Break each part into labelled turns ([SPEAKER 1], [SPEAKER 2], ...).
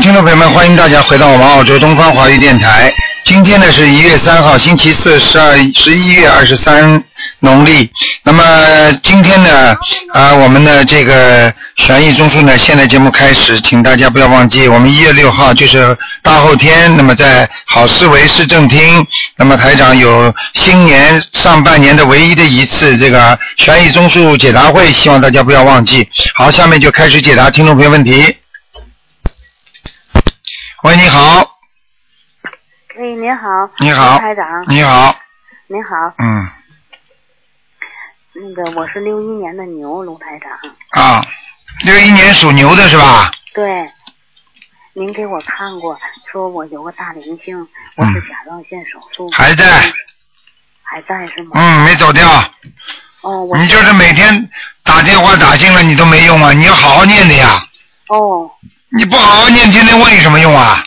[SPEAKER 1] 听众朋友们，欢迎大家回到我们澳洲东方华语电台。今天呢是一月三号，星期四，十二十一月二十三农历。那么今天呢，啊，我们的这个悬疑综述呢，现在节目开始，请大家不要忘记，我们一月六号就是大后天，那么在好思维市政厅，那么台长有新年上半年的唯一的一次这个悬疑综述解答会，希望大家不要忘记。好，下面就开始解答听众朋友问题。喂，你好，
[SPEAKER 2] 哎，您好，
[SPEAKER 1] 你好
[SPEAKER 2] 刘台长，
[SPEAKER 1] 你好，
[SPEAKER 2] 您好，
[SPEAKER 1] 嗯，
[SPEAKER 2] 那个我是六一年的牛，卢台长，
[SPEAKER 1] 啊，六一年属牛的是吧？
[SPEAKER 2] 对，您给我看过，说我有个大灵性，我是甲状腺手术，
[SPEAKER 1] 嗯还在，
[SPEAKER 2] 还在是吗？
[SPEAKER 1] 嗯，没走掉。
[SPEAKER 2] 哦，我
[SPEAKER 1] 你就是每天打电话打进来你都没用啊，你要好好念的呀。
[SPEAKER 2] 哦，
[SPEAKER 1] 你不好好念，天天问有什么用啊？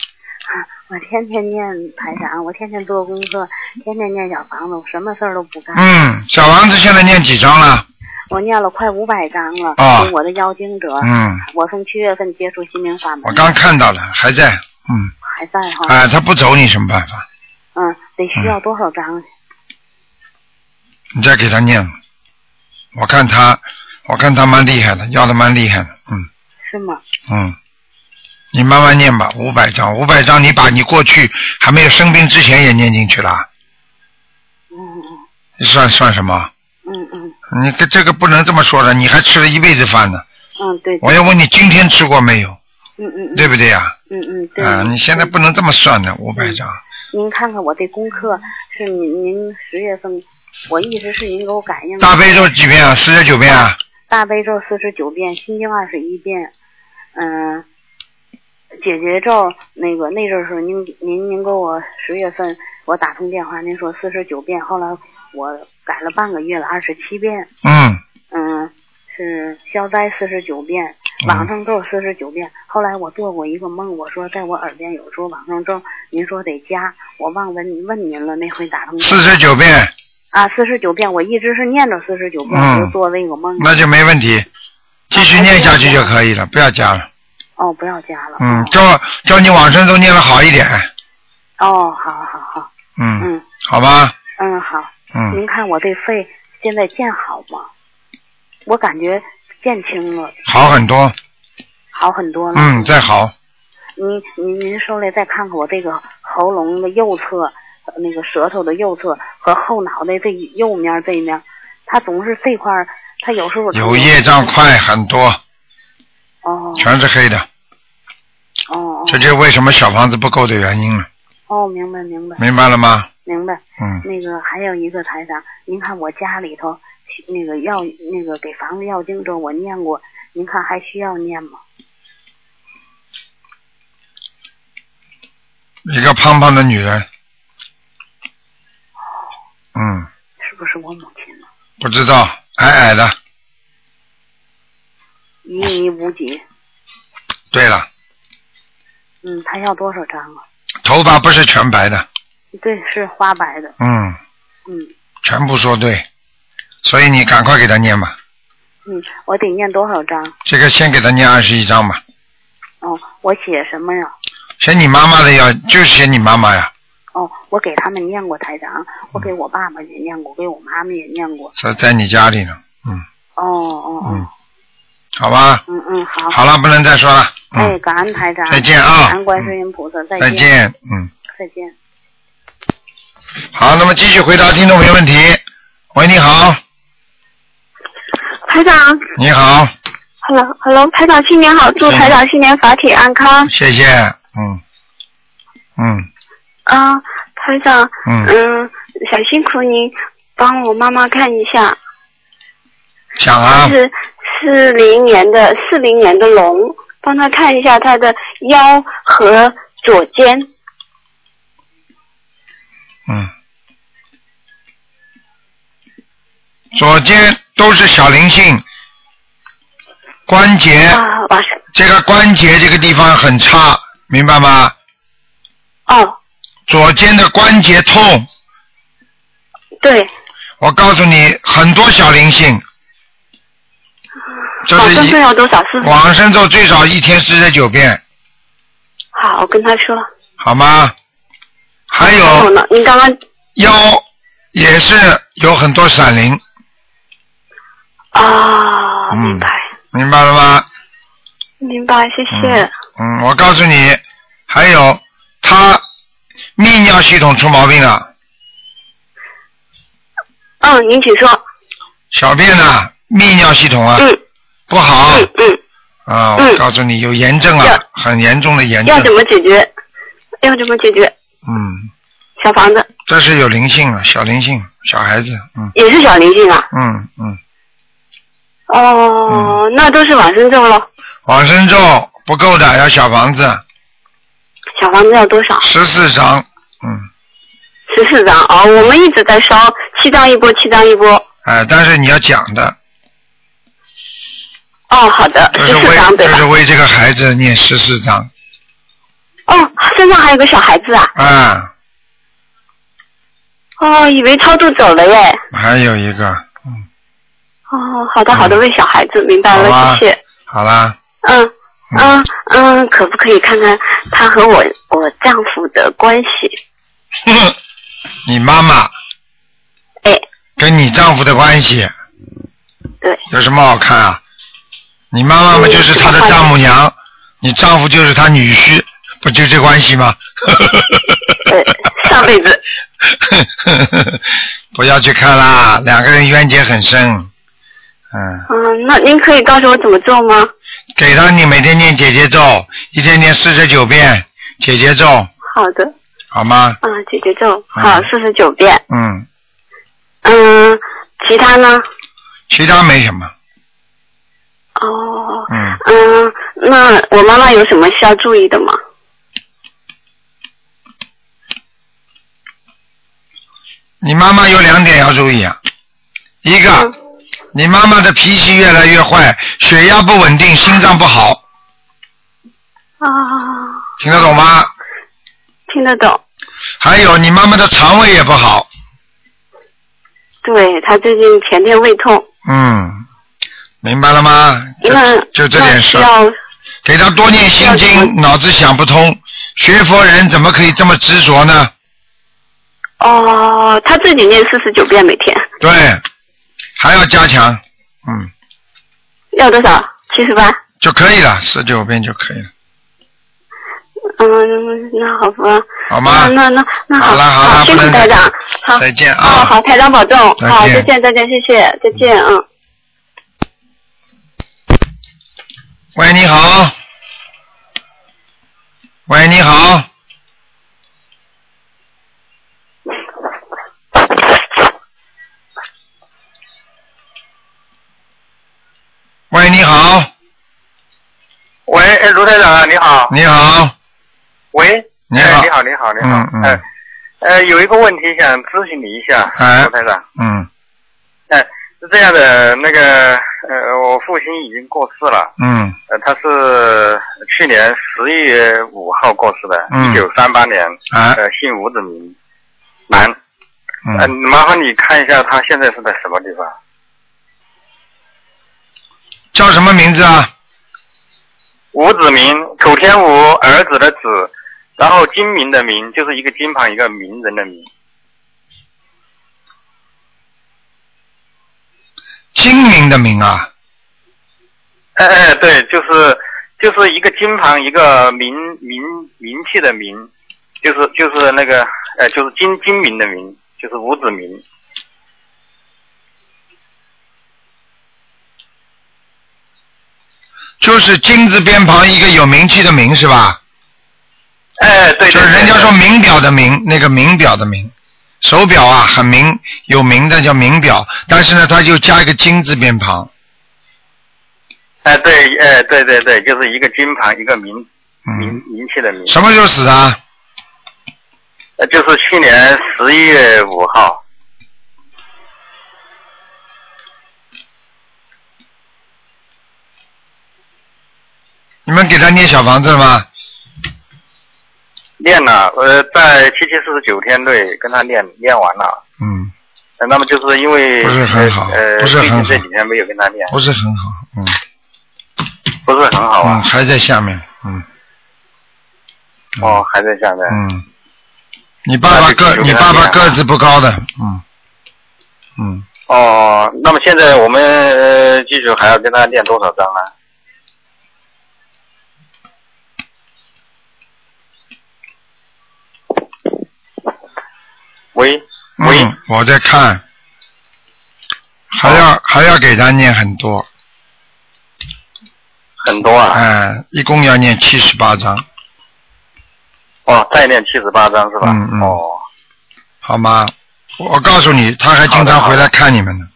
[SPEAKER 2] 我天天念台长，我天天做功课，天天念小房子，我什么事儿都不干，
[SPEAKER 1] 嗯，小王子现在念几章了？
[SPEAKER 2] 我念了快五百章了，
[SPEAKER 1] 啊
[SPEAKER 2] 给我的妖精者，
[SPEAKER 1] 嗯，
[SPEAKER 2] 我从七月份接触心灵法门，
[SPEAKER 1] 我刚看到了，还在。嗯，
[SPEAKER 2] 还在哈，
[SPEAKER 1] 啊，他不走你什么办法？
[SPEAKER 2] 嗯，得需要多少章？
[SPEAKER 1] 你再给他念。我看他，我看他蛮厉害的，要的蛮厉害的。嗯
[SPEAKER 2] 是吗？
[SPEAKER 1] 嗯，你慢慢念吧，五百章，五百章，你把你过去还没有生病之前也念进去了，
[SPEAKER 2] 嗯嗯
[SPEAKER 1] 你算算什么？
[SPEAKER 2] 嗯嗯
[SPEAKER 1] 你这这个不能这么说的，你还吃了一辈子饭呢。
[SPEAKER 2] 嗯，对，
[SPEAKER 1] 我要问你今天吃过没有，
[SPEAKER 2] 嗯嗯，嗯
[SPEAKER 1] 对不对呀、
[SPEAKER 2] 嗯嗯，
[SPEAKER 1] 啊？
[SPEAKER 2] 对。嗯
[SPEAKER 1] 你现在不能这么算的，五百张。
[SPEAKER 2] 您看看我这功课是您您十月份，我一直是您给我感应的
[SPEAKER 1] 大悲咒几遍啊？四十九遍啊？
[SPEAKER 2] 大悲咒四十九遍，心经二十一遍，嗯、解结咒那个那阵儿时候您您您给我十月份我打通电话，您说四十九遍，后来我改了半个月了，二十七遍，
[SPEAKER 1] 嗯，
[SPEAKER 2] 嗯、是消灾四十九遍，
[SPEAKER 1] 嗯
[SPEAKER 2] 往生咒四十九遍。后来我做过一个梦，我说在我耳边有说往生咒，您说得加，我忘问问您了，那回打通电话
[SPEAKER 1] 四十九遍，
[SPEAKER 2] 啊，四十九遍，我一直是念着四十九遍，
[SPEAKER 1] 嗯
[SPEAKER 2] 我就做那个梦。
[SPEAKER 1] 那就没问题，继续念下去就可以了，不要加了。
[SPEAKER 2] 哦，不要加了。
[SPEAKER 1] 嗯，叫叫你往生咒念的好一点。
[SPEAKER 2] 哦，好好好，
[SPEAKER 1] 嗯，
[SPEAKER 2] 嗯
[SPEAKER 1] 好吧，
[SPEAKER 2] 嗯好，
[SPEAKER 1] 嗯，
[SPEAKER 2] 您看我这肺现在见好吗？我感觉见轻了，
[SPEAKER 1] 好很多，
[SPEAKER 2] 好很多了。
[SPEAKER 1] 嗯，再好，
[SPEAKER 2] 您您您受累再看看我这个喉咙的右侧，呃那个舌头的右侧和后脑袋这一右面这一面，它总是这块儿，它有时候
[SPEAKER 1] 有业障快很多，
[SPEAKER 2] 哦
[SPEAKER 1] 全是黑的，
[SPEAKER 2] 哦哦
[SPEAKER 1] 这就是为什么小房子不够的原因了，
[SPEAKER 2] 哦，明白明白
[SPEAKER 1] 明白了吗？
[SPEAKER 2] 明白。
[SPEAKER 1] 嗯，
[SPEAKER 2] 那个还有一个台长，您看我家里头那个要那个给房子要经咒我念过，您看还需要念吗？
[SPEAKER 1] 一个胖胖的女人，嗯，
[SPEAKER 2] 是不是我母亲呢？
[SPEAKER 1] 不知道，矮矮的。
[SPEAKER 2] 一米五几，
[SPEAKER 1] 对了，
[SPEAKER 2] 嗯，她要多少张啊？
[SPEAKER 1] 头发不是全白的，
[SPEAKER 2] 对，是花白的，
[SPEAKER 1] 嗯，
[SPEAKER 2] 嗯
[SPEAKER 1] 全部说对，所以你赶快给他念吧，
[SPEAKER 2] 嗯，我得念多少张？
[SPEAKER 1] 这个先给他念二十一章吧，
[SPEAKER 2] 哦，我写什么呀？
[SPEAKER 1] 写你妈妈的要就是写你妈妈呀，
[SPEAKER 2] 哦，我给他们念过台长，我给我爸爸也念过，给我妈妈也念过。
[SPEAKER 1] 在在你家里呢，嗯
[SPEAKER 2] 哦哦
[SPEAKER 1] 嗯
[SPEAKER 2] 哦，，
[SPEAKER 1] 好吧，
[SPEAKER 2] 嗯嗯，好，
[SPEAKER 1] 啊好了，不能再说了，
[SPEAKER 2] 哎，
[SPEAKER 1] 嗯，
[SPEAKER 2] 感恩台长，
[SPEAKER 1] 再见啊
[SPEAKER 2] 感恩观世音菩萨，再
[SPEAKER 1] 再
[SPEAKER 2] 见，
[SPEAKER 1] 见，嗯，
[SPEAKER 2] 再见。
[SPEAKER 1] 好，那么继续回答听众朋友问题。喂，你好，
[SPEAKER 3] 台长
[SPEAKER 1] 你好，
[SPEAKER 3] ，Hello Hello，台长新年好，祝
[SPEAKER 1] 嗯
[SPEAKER 3] 台长新年法体安康。
[SPEAKER 1] 谢谢，嗯嗯
[SPEAKER 3] 啊、台长，
[SPEAKER 1] 嗯，
[SPEAKER 3] 嗯，想辛苦您帮我妈妈看一下，
[SPEAKER 1] 讲啊，
[SPEAKER 3] 是四零年的四零年的龙，帮她看一下她的腰和左肩。
[SPEAKER 1] 嗯，左肩都是小灵性，关节
[SPEAKER 3] 啊，哇塞，
[SPEAKER 1] 这个关节这个地方很差，明白吗？
[SPEAKER 3] 哦，
[SPEAKER 1] 左肩的关节痛，
[SPEAKER 3] 对，
[SPEAKER 1] 我告诉你，很多小灵性，这
[SPEAKER 3] 往
[SPEAKER 1] 是
[SPEAKER 3] 生咒
[SPEAKER 1] 一
[SPEAKER 3] 要多少师傅？
[SPEAKER 1] 往生咒最少一天四十九遍，
[SPEAKER 4] 好，我跟他说。
[SPEAKER 1] 好吗？还
[SPEAKER 4] 然
[SPEAKER 3] 哦
[SPEAKER 4] 后
[SPEAKER 1] 有
[SPEAKER 4] 呢？你刚刚
[SPEAKER 1] 腰也是有很多闪灵，
[SPEAKER 4] 啊、
[SPEAKER 1] 嗯
[SPEAKER 4] 明白，
[SPEAKER 1] 明白了吗？
[SPEAKER 4] 明白，谢谢。
[SPEAKER 1] 嗯，我告诉你，还有他泌尿系统出毛病了，
[SPEAKER 4] 嗯，您请说。
[SPEAKER 1] 小便呐、泌尿系统啊、
[SPEAKER 4] 嗯
[SPEAKER 1] 不好
[SPEAKER 4] 嗯嗯，
[SPEAKER 1] 啊，
[SPEAKER 4] 嗯
[SPEAKER 1] 我告诉你有炎症啊
[SPEAKER 4] 要，
[SPEAKER 1] 很严重的炎
[SPEAKER 4] 要
[SPEAKER 1] 症
[SPEAKER 4] 怎，么解决？要怎么解决？
[SPEAKER 1] 嗯，
[SPEAKER 4] 小房子
[SPEAKER 1] 这是有灵性啊，小灵性，小孩子，嗯
[SPEAKER 4] 也是小灵性啊。
[SPEAKER 1] 嗯嗯，
[SPEAKER 4] 哦，那都是往生咒喽。
[SPEAKER 1] 往生咒不够的，要小房子
[SPEAKER 4] 小房子要多少？
[SPEAKER 1] 十四张，嗯，
[SPEAKER 4] 十四张哦，我们一直在烧，七张一波，七张一波。
[SPEAKER 1] 哎，但是你要讲的，
[SPEAKER 4] 哦，好的，
[SPEAKER 1] 就
[SPEAKER 4] 十
[SPEAKER 1] 是
[SPEAKER 4] 四张
[SPEAKER 1] 为
[SPEAKER 4] 对
[SPEAKER 1] 就是
[SPEAKER 4] 吧？
[SPEAKER 1] 为这个孩子念十四章
[SPEAKER 4] 哦，身上还有个小孩子啊。
[SPEAKER 1] 啊，
[SPEAKER 4] 哦，以为超度走了耶。
[SPEAKER 1] 还有一个，嗯，
[SPEAKER 4] 哦，好的好的，为小孩子，明白
[SPEAKER 1] 好
[SPEAKER 4] 了，
[SPEAKER 1] 吧
[SPEAKER 4] 谢谢。
[SPEAKER 1] 好啦，
[SPEAKER 4] 嗯嗯嗯，可不可以看看他和我我丈夫的关系？
[SPEAKER 1] 你妈妈
[SPEAKER 4] 哎，
[SPEAKER 1] 跟你丈夫的关系
[SPEAKER 4] 对，
[SPEAKER 1] 有什么好看啊？你妈妈嘛就是她的丈母娘，你丈夫就是她女婿，不就这关系吗？
[SPEAKER 4] 对，上辈子
[SPEAKER 1] 不要去看啦，两个人冤结很深。嗯，
[SPEAKER 4] 嗯，那您可以告诉我怎么做吗？
[SPEAKER 1] 给他你每天念姐姐咒，一天念四十九遍姐姐咒，
[SPEAKER 4] 好的，
[SPEAKER 1] 好吗？
[SPEAKER 4] 啊，姐姐咒，好，四十九遍。
[SPEAKER 1] 嗯，
[SPEAKER 4] 嗯，其他呢？
[SPEAKER 1] 其他没什么。
[SPEAKER 4] 哦，
[SPEAKER 1] 嗯，
[SPEAKER 4] 嗯，那我妈妈有什么需要注意的吗？
[SPEAKER 1] 你妈妈有两点要注意啊，一个，
[SPEAKER 4] 嗯
[SPEAKER 1] 你妈妈的脾气越来越坏，血压不稳定，心脏不好，
[SPEAKER 4] 啊，
[SPEAKER 1] 听得懂吗？
[SPEAKER 4] 听得懂。
[SPEAKER 1] 还有你妈妈的肠胃也不好，
[SPEAKER 4] 对她最近前天胃痛，
[SPEAKER 1] 嗯，明白了吗？
[SPEAKER 4] 那
[SPEAKER 1] 就就这点事儿
[SPEAKER 4] 那需要
[SPEAKER 1] 给他多念心
[SPEAKER 4] 要怎
[SPEAKER 1] 经，脑子想不通，学佛人怎么可以这么执着呢？
[SPEAKER 4] 哦，她自己念四十九遍每天，
[SPEAKER 1] 对，还要加强，嗯，
[SPEAKER 4] 要多少？七十八。
[SPEAKER 1] 就可以了，十九遍就可以了，
[SPEAKER 4] 嗯，那好吧。
[SPEAKER 1] 好吗？
[SPEAKER 4] 那那那那
[SPEAKER 1] 好了好了
[SPEAKER 4] 好，谢
[SPEAKER 1] 不
[SPEAKER 4] 谢
[SPEAKER 1] 能
[SPEAKER 4] 台长。好，
[SPEAKER 1] 再见
[SPEAKER 4] 哦，
[SPEAKER 1] 啊！
[SPEAKER 4] 好，台长保重。
[SPEAKER 1] 再
[SPEAKER 4] 好，
[SPEAKER 1] 见
[SPEAKER 4] 再见，再见，谢谢，再见，嗯。
[SPEAKER 1] 喂，你好。喂，你好。喂，你好，
[SPEAKER 5] 喂，哎卢台长啊，你好。
[SPEAKER 1] 你好，
[SPEAKER 5] 喂，
[SPEAKER 1] 你
[SPEAKER 5] 哎
[SPEAKER 1] 好
[SPEAKER 5] 你，好，你好，你好。
[SPEAKER 1] 嗯嗯
[SPEAKER 5] 哎，呃，有一个问题想咨询你一下，
[SPEAKER 1] 哎
[SPEAKER 5] 卢台长。
[SPEAKER 1] 嗯
[SPEAKER 5] 哎，是这样的，那个呃，我父亲已经过世了，
[SPEAKER 1] 嗯
[SPEAKER 5] 呃，他是去年十一月五号过世的，
[SPEAKER 1] 嗯
[SPEAKER 5] 一九三八年，
[SPEAKER 1] 哎
[SPEAKER 5] 呃，姓吴子明，男。呃，
[SPEAKER 1] 嗯，
[SPEAKER 5] 麻烦你看一下他现在是在什么地方？
[SPEAKER 1] 叫什么名字啊？
[SPEAKER 5] 吴子明，口天吴，儿子的子，然后金明的明，就是一个金旁一个名人的名。
[SPEAKER 1] 金明的明啊，
[SPEAKER 5] 哎哎，对，就是就是一个金旁一个名名名气的名，就是就是那个呃，就是金金明的明，就是吴子明。
[SPEAKER 1] 就是金字边旁一个有名气的名是吧？
[SPEAKER 5] 哎，对，
[SPEAKER 1] 就
[SPEAKER 5] 对
[SPEAKER 1] 是人家说
[SPEAKER 5] 对
[SPEAKER 1] 名表的名，那个名表的名，手表啊，很名有名的叫名表，但是呢，它就加一个金字边旁，
[SPEAKER 5] 哎对哎对对对，就是一个金旁一个名名
[SPEAKER 1] 嗯，
[SPEAKER 5] 名气的名，
[SPEAKER 1] 什么时候死的啊？
[SPEAKER 5] 呃就是去年十一月五号。
[SPEAKER 1] 你们给他念小房子了吗？
[SPEAKER 5] 练了，呃，在七七四十九天内跟他练练完了，
[SPEAKER 1] 嗯，
[SPEAKER 5] 呃那么就是因为
[SPEAKER 1] 不是很好
[SPEAKER 5] 呃，
[SPEAKER 1] 不是
[SPEAKER 5] 最
[SPEAKER 1] 很好
[SPEAKER 5] 近这几天没有跟他练，
[SPEAKER 1] 不是很好，嗯，
[SPEAKER 5] 不是很好
[SPEAKER 1] 嗯，
[SPEAKER 5] 啊，
[SPEAKER 1] 还在下面，嗯，
[SPEAKER 5] 哦，还在下面。
[SPEAKER 1] 嗯，你爸爸个
[SPEAKER 5] 那就继续
[SPEAKER 1] 你
[SPEAKER 5] 跟
[SPEAKER 1] 爸
[SPEAKER 5] 他啊
[SPEAKER 1] 爸
[SPEAKER 5] 念
[SPEAKER 1] 个子不高的，嗯嗯，
[SPEAKER 5] 哦，那么现在我们呃继续还要跟他练多少章啊呢？喂喂，
[SPEAKER 1] 嗯，我在看，还
[SPEAKER 5] 哦
[SPEAKER 1] 要还要给他念很多，
[SPEAKER 5] 很多啊！
[SPEAKER 1] 哎，一共要念七十八章，
[SPEAKER 5] 哦，再练七十八章是吧？
[SPEAKER 1] 嗯嗯
[SPEAKER 5] 哦，
[SPEAKER 1] 好吗？我告诉你，他还经
[SPEAKER 5] 好的
[SPEAKER 1] 常
[SPEAKER 5] 好
[SPEAKER 1] 回
[SPEAKER 5] 的
[SPEAKER 1] 来看你们呢，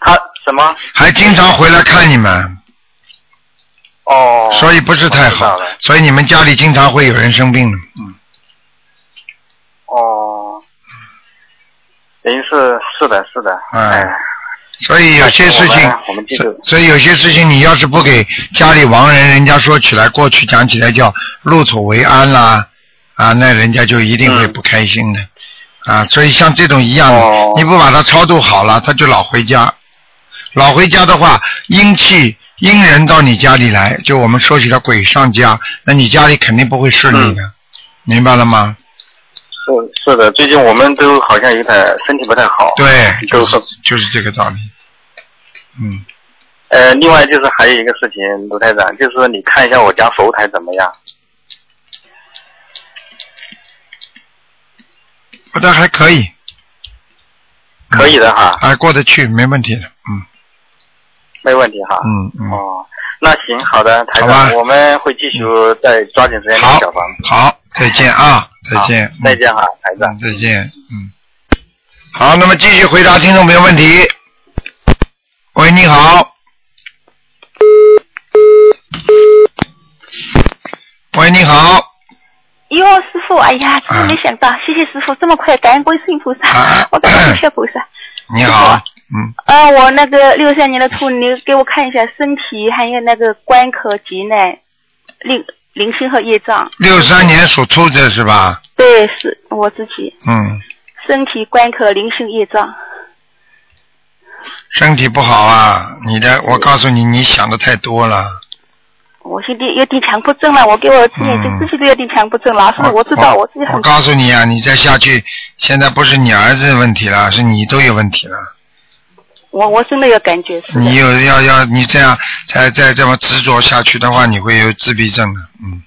[SPEAKER 5] 他什么？
[SPEAKER 1] 还经常回来看你们，
[SPEAKER 5] 哦，
[SPEAKER 1] 所以不是太
[SPEAKER 5] 我
[SPEAKER 1] 好
[SPEAKER 5] 知道了，
[SPEAKER 1] 所以你们家里经常会有人生病的，嗯，
[SPEAKER 5] 哦，等于是是的，是的，
[SPEAKER 1] 嗯
[SPEAKER 5] 哎，
[SPEAKER 1] 所以有些事情
[SPEAKER 5] 我们我们记住
[SPEAKER 1] 所所以有些事情你要是不给家里亡人，人家说起来，过去讲起来叫入土为安啦，啊，那人家就一定会
[SPEAKER 5] 嗯
[SPEAKER 1] 不开心的，啊，所以像这种一样的，
[SPEAKER 5] 哦
[SPEAKER 1] 你不把他超度好了，他就老回家，老回家的话，阴气阴人到你家里来，就我们说起来鬼上家，那你家里肯定不会顺利
[SPEAKER 5] 嗯
[SPEAKER 1] 的，明白了吗？
[SPEAKER 5] 是是的，最近我们都好像有点身体不太好。
[SPEAKER 1] 对，就
[SPEAKER 5] 哦就是是
[SPEAKER 1] 就是这个道理，嗯。
[SPEAKER 5] 呃，另外就是还有一个事情，卢台长，就是你看一下我家佛台怎么样？
[SPEAKER 1] 我的还可以，
[SPEAKER 5] 可以的哈，
[SPEAKER 1] 哎，过得去，没问题的，嗯
[SPEAKER 5] 没问题哈。
[SPEAKER 1] 嗯嗯，
[SPEAKER 5] 哦，那行，好的，台
[SPEAKER 1] 好吧
[SPEAKER 5] 长，我们会继续再抓紧时间
[SPEAKER 1] 好
[SPEAKER 5] 看小房子。
[SPEAKER 1] 好，再见啊，再
[SPEAKER 5] 好
[SPEAKER 1] 见，
[SPEAKER 5] 再见哈，台长
[SPEAKER 1] 嗯，。再见，嗯。好，那么继续回答听众朋友问题。喂，你好。喂，你好，
[SPEAKER 6] 哟，师傅，哎呀，真的没想到，谢谢师傅，这么快，感恩观世音菩萨，
[SPEAKER 1] 啊
[SPEAKER 6] 我感恩一下菩萨。
[SPEAKER 1] 你好，嗯，
[SPEAKER 6] 呃，我那个六三年的兔，你给我看一下身体，还有那个关口、脊内、灵灵性和业障。
[SPEAKER 1] 六三年属兔子是吧？
[SPEAKER 6] 对，是我自己
[SPEAKER 1] 嗯，
[SPEAKER 6] 身体关口、灵性业障。
[SPEAKER 1] 身体不好啊，你的，我告诉你，你想的太多了。
[SPEAKER 6] 我现在有点强迫症了，我给我自己
[SPEAKER 1] 嗯
[SPEAKER 6] 就自己都有点强迫症了，是我知道我自己
[SPEAKER 1] 我
[SPEAKER 6] 很
[SPEAKER 1] 告诉你啊，你再下去，现在不是你儿子的问题了，是你都有问题了。
[SPEAKER 6] 我我真的有感觉，是的
[SPEAKER 1] 你有要要你这样再再这么执着下去的话，你会有自闭症的。嗯，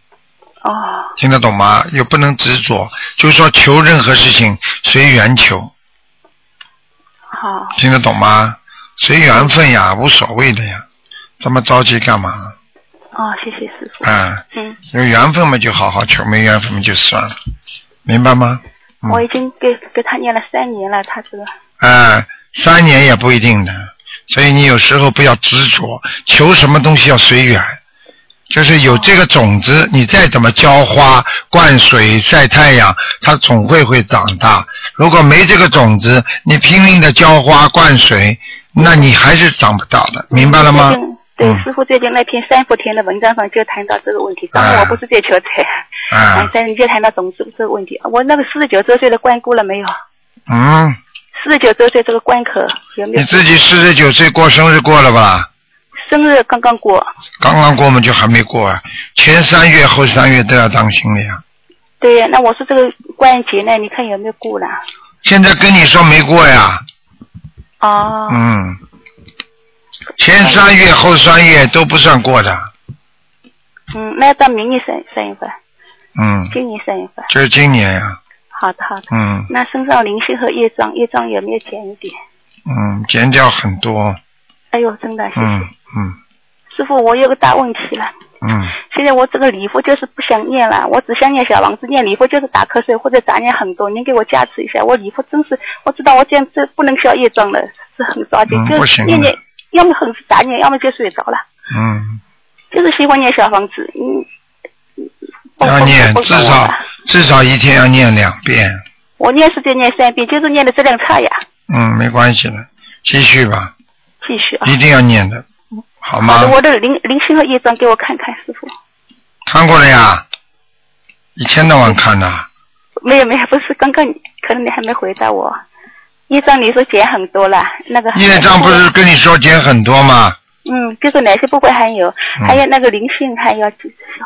[SPEAKER 6] 哦
[SPEAKER 1] 听得懂吗？又不能执着，就是说求任何事情随缘求，
[SPEAKER 6] 好
[SPEAKER 1] 听得懂吗？随缘分呀，无所谓的呀，这么着急干嘛？
[SPEAKER 6] 哦，谢谢师傅，
[SPEAKER 1] 啊、
[SPEAKER 6] 嗯。
[SPEAKER 1] 有缘分嘛就好好求，没缘分嘛就算了，明白吗？嗯
[SPEAKER 6] 我已经给给他念了三年了，他这个
[SPEAKER 1] 哎、三年也不一定的，所以你有时候不要执着，求什么东西要随缘，就是有这个种子，你再怎么浇花、灌水、晒太阳，它总会会长大。如果没这个种子，你拼命的浇花、灌水，那你还是长不大的，明白了吗
[SPEAKER 6] 最？近对，
[SPEAKER 1] 嗯
[SPEAKER 6] 师傅最近那篇三伏天的文章上就谈到这个问题，当然
[SPEAKER 1] 啊
[SPEAKER 6] 我不是在求财，
[SPEAKER 1] 啊、
[SPEAKER 6] 哎，但是就谈到种子这个问题。哦我那个四十九周岁的关过了没有？
[SPEAKER 1] 嗯，
[SPEAKER 6] 四十九周岁这个关口有没
[SPEAKER 1] 你
[SPEAKER 6] 有？
[SPEAKER 1] 自己四十九岁过生日过了吧？
[SPEAKER 6] 生日刚刚过，
[SPEAKER 1] 刚刚过嘛就还没过啊，前三月后三月都要当心了呀。
[SPEAKER 6] 对呀，那我说这个关节呢，你看有没有过了？
[SPEAKER 1] 现在跟你说没过呀，
[SPEAKER 6] 哦，
[SPEAKER 1] 嗯，前三月后三月都不算过的，
[SPEAKER 6] 嗯，那要到明年三三月份，
[SPEAKER 1] 嗯，
[SPEAKER 6] 今年三月份。
[SPEAKER 1] 就是今年呀、
[SPEAKER 6] 好的，好的。
[SPEAKER 1] 嗯
[SPEAKER 6] 那身上灵性和业障，业障有没有减一点？
[SPEAKER 1] 嗯，减掉很多，
[SPEAKER 6] 哎呦，真的，谢谢、
[SPEAKER 1] 嗯嗯
[SPEAKER 6] 师傅，我有个大问题了。
[SPEAKER 1] 嗯，
[SPEAKER 6] 现在我这个礼佛就是不想念了，我只想念小王子，念礼佛就是打瞌睡或者杂念很多，您给我加持一下。我礼佛真是，我知道我这样这不能消业障了，是很着急，
[SPEAKER 1] 嗯
[SPEAKER 6] 就
[SPEAKER 1] 不
[SPEAKER 6] 是
[SPEAKER 1] 行
[SPEAKER 6] 念
[SPEAKER 1] 啊
[SPEAKER 6] 念，要么很杂念，要么就睡着了，
[SPEAKER 1] 嗯，
[SPEAKER 6] 就是喜欢念小房子，嗯。嗯
[SPEAKER 1] 要念
[SPEAKER 6] 蹦蹦蹦
[SPEAKER 1] 至
[SPEAKER 6] 蹦蹦
[SPEAKER 1] 少
[SPEAKER 6] 蹦
[SPEAKER 1] 至少一天要念两遍，
[SPEAKER 6] 我念是得念三遍，就是念的质量差呀。
[SPEAKER 1] 嗯，没关系的，继续吧，
[SPEAKER 6] 继续啊，
[SPEAKER 1] 一定要念的，好吗
[SPEAKER 6] 好？的，我的灵灵性和业障给我看看，师傅。
[SPEAKER 1] 看过了呀，一天到晚看的，
[SPEAKER 6] 没有没有，不是刚刚你可能你还没回答我，业障你说减很多了，那个
[SPEAKER 1] 业障不是跟你说减很多吗？
[SPEAKER 6] 嗯，就是哪些部位还有，还有那个灵性还要小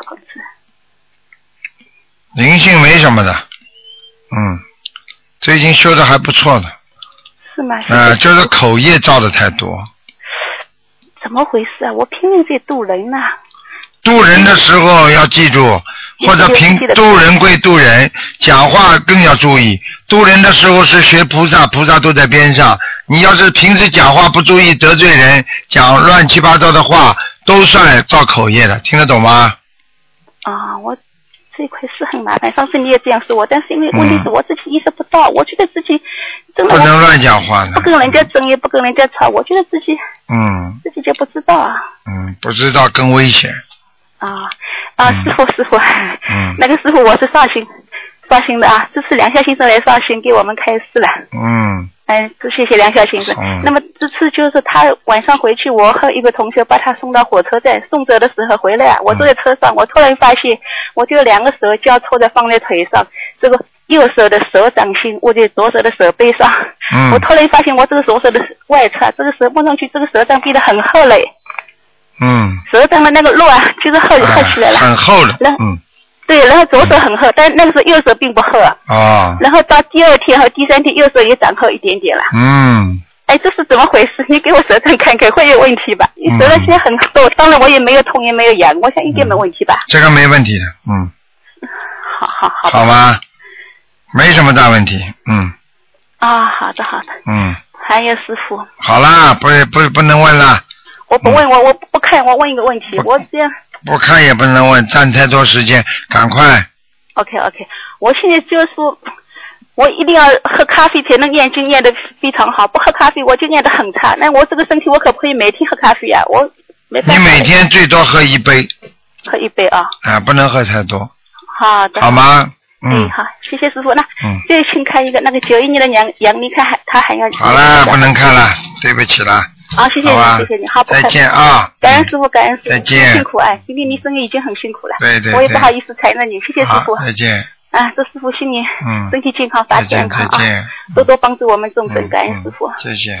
[SPEAKER 6] 房子，
[SPEAKER 1] 灵性没什么的，嗯，最近修的还不错的，
[SPEAKER 6] 是吗？是
[SPEAKER 1] 呃，就是口业造的太多。
[SPEAKER 6] 怎么回事啊？我拼命在渡人呐、
[SPEAKER 1] 渡人的时候要记住，或者平渡人归渡人，讲话更要注意。渡人的时候是学菩萨，菩萨都在边上。你要是平时讲话不注意得罪人，讲乱七八糟的话，都算造口业的，听得懂吗？
[SPEAKER 6] 啊，我这一块是很麻烦。上次你也这样说我，但是因为问题是我自己意识不到，我觉得自己真的
[SPEAKER 1] 不能乱讲话的
[SPEAKER 6] 不。跟人家争，也不跟人家吵，我觉得自己
[SPEAKER 1] 嗯
[SPEAKER 6] 自己就不知道啊
[SPEAKER 1] 嗯，不知道更危险。
[SPEAKER 6] 啊啊！
[SPEAKER 1] 嗯
[SPEAKER 6] 师傅师傅，
[SPEAKER 1] 嗯
[SPEAKER 6] 那个师傅我是绍兴绍兴的啊，这次梁孝先生来绍兴给我们开示了。
[SPEAKER 1] 嗯
[SPEAKER 6] 嗯，谢谢梁小先生。
[SPEAKER 1] 嗯
[SPEAKER 6] 那么这次就是他晚上回去，我和一个同学把他送到火车站，送走的时候回来啊，我坐在车上，我突然发现，我就两个手交错的放在腿上，这个右手的手掌心握在左手的手背上，
[SPEAKER 1] 嗯
[SPEAKER 6] 我突然发现我这个左手的外侧，这个手摸上去，这个手掌变得很厚嘞，
[SPEAKER 1] 嗯，
[SPEAKER 6] 手掌的那个肉啊，就是厚厚起来
[SPEAKER 1] 哎
[SPEAKER 6] 了。
[SPEAKER 1] 很厚的
[SPEAKER 6] 那。
[SPEAKER 1] 嗯
[SPEAKER 6] 对，然后左手很厚，但那个时候右手并不厚啊。
[SPEAKER 1] 啊
[SPEAKER 6] 然后到第二天和第三天，右手也长厚一点点了。
[SPEAKER 1] 嗯
[SPEAKER 6] 哎，这是怎么回事？你给我舌诊看看，会有问题吧？你舌诊
[SPEAKER 1] 嗯
[SPEAKER 6] 现在很多，当然我也没有痛，也没有痒，我想应该没问题吧？
[SPEAKER 1] 这个没问题的。嗯，
[SPEAKER 6] 好好好
[SPEAKER 1] 好吧，没什么大问题。嗯
[SPEAKER 6] 啊，好的好的。
[SPEAKER 1] 嗯。
[SPEAKER 6] 还有师傅，
[SPEAKER 1] 好啦，不不不能问啦，
[SPEAKER 6] 我
[SPEAKER 1] 嗯
[SPEAKER 6] 不问我我不看，我问一个问题，
[SPEAKER 1] 不
[SPEAKER 6] 我这样
[SPEAKER 1] 不看也不能问，占太多时间，赶快，
[SPEAKER 6] OK OK，我现在就是说。我一定要喝咖啡才能念经念得非常好，不喝咖啡我就念得很差。那我这个身体，我可不可以每天喝咖啡啊？我没办
[SPEAKER 1] 你
[SPEAKER 6] 法。
[SPEAKER 1] 每天最多喝一杯
[SPEAKER 6] 喝一杯啊？
[SPEAKER 1] 啊，不能喝太多，
[SPEAKER 6] 好的。
[SPEAKER 1] 好吗？
[SPEAKER 6] 嗯，
[SPEAKER 1] 嗯，
[SPEAKER 6] 好，谢谢师傅。那
[SPEAKER 1] 嗯
[SPEAKER 6] 最新看一个那个九一年的羊羊，你看还他还要
[SPEAKER 1] 好啦，不能看了，对不起啦，
[SPEAKER 6] 好，谢谢
[SPEAKER 1] 好吧
[SPEAKER 6] 你，谢谢你，好，不客
[SPEAKER 1] 再
[SPEAKER 6] 气
[SPEAKER 1] 见。啊，
[SPEAKER 6] 感恩师傅，感恩师傅，
[SPEAKER 1] 再见
[SPEAKER 6] 辛苦哎，今天你生意已经很辛苦了，
[SPEAKER 1] 对对
[SPEAKER 6] 我也不
[SPEAKER 1] 对
[SPEAKER 6] 好意思缠着你，谢谢师
[SPEAKER 1] 好
[SPEAKER 6] 傅，
[SPEAKER 1] 再见，
[SPEAKER 6] 啊，祝师傅新年
[SPEAKER 1] 嗯
[SPEAKER 6] 身体健康，法
[SPEAKER 1] 再
[SPEAKER 6] 体安
[SPEAKER 1] 见，
[SPEAKER 6] 康
[SPEAKER 1] 再
[SPEAKER 6] 啊，
[SPEAKER 1] 见，
[SPEAKER 6] 多多帮助我们众生，
[SPEAKER 1] 嗯
[SPEAKER 6] 感恩师傅。
[SPEAKER 1] 嗯谢谢。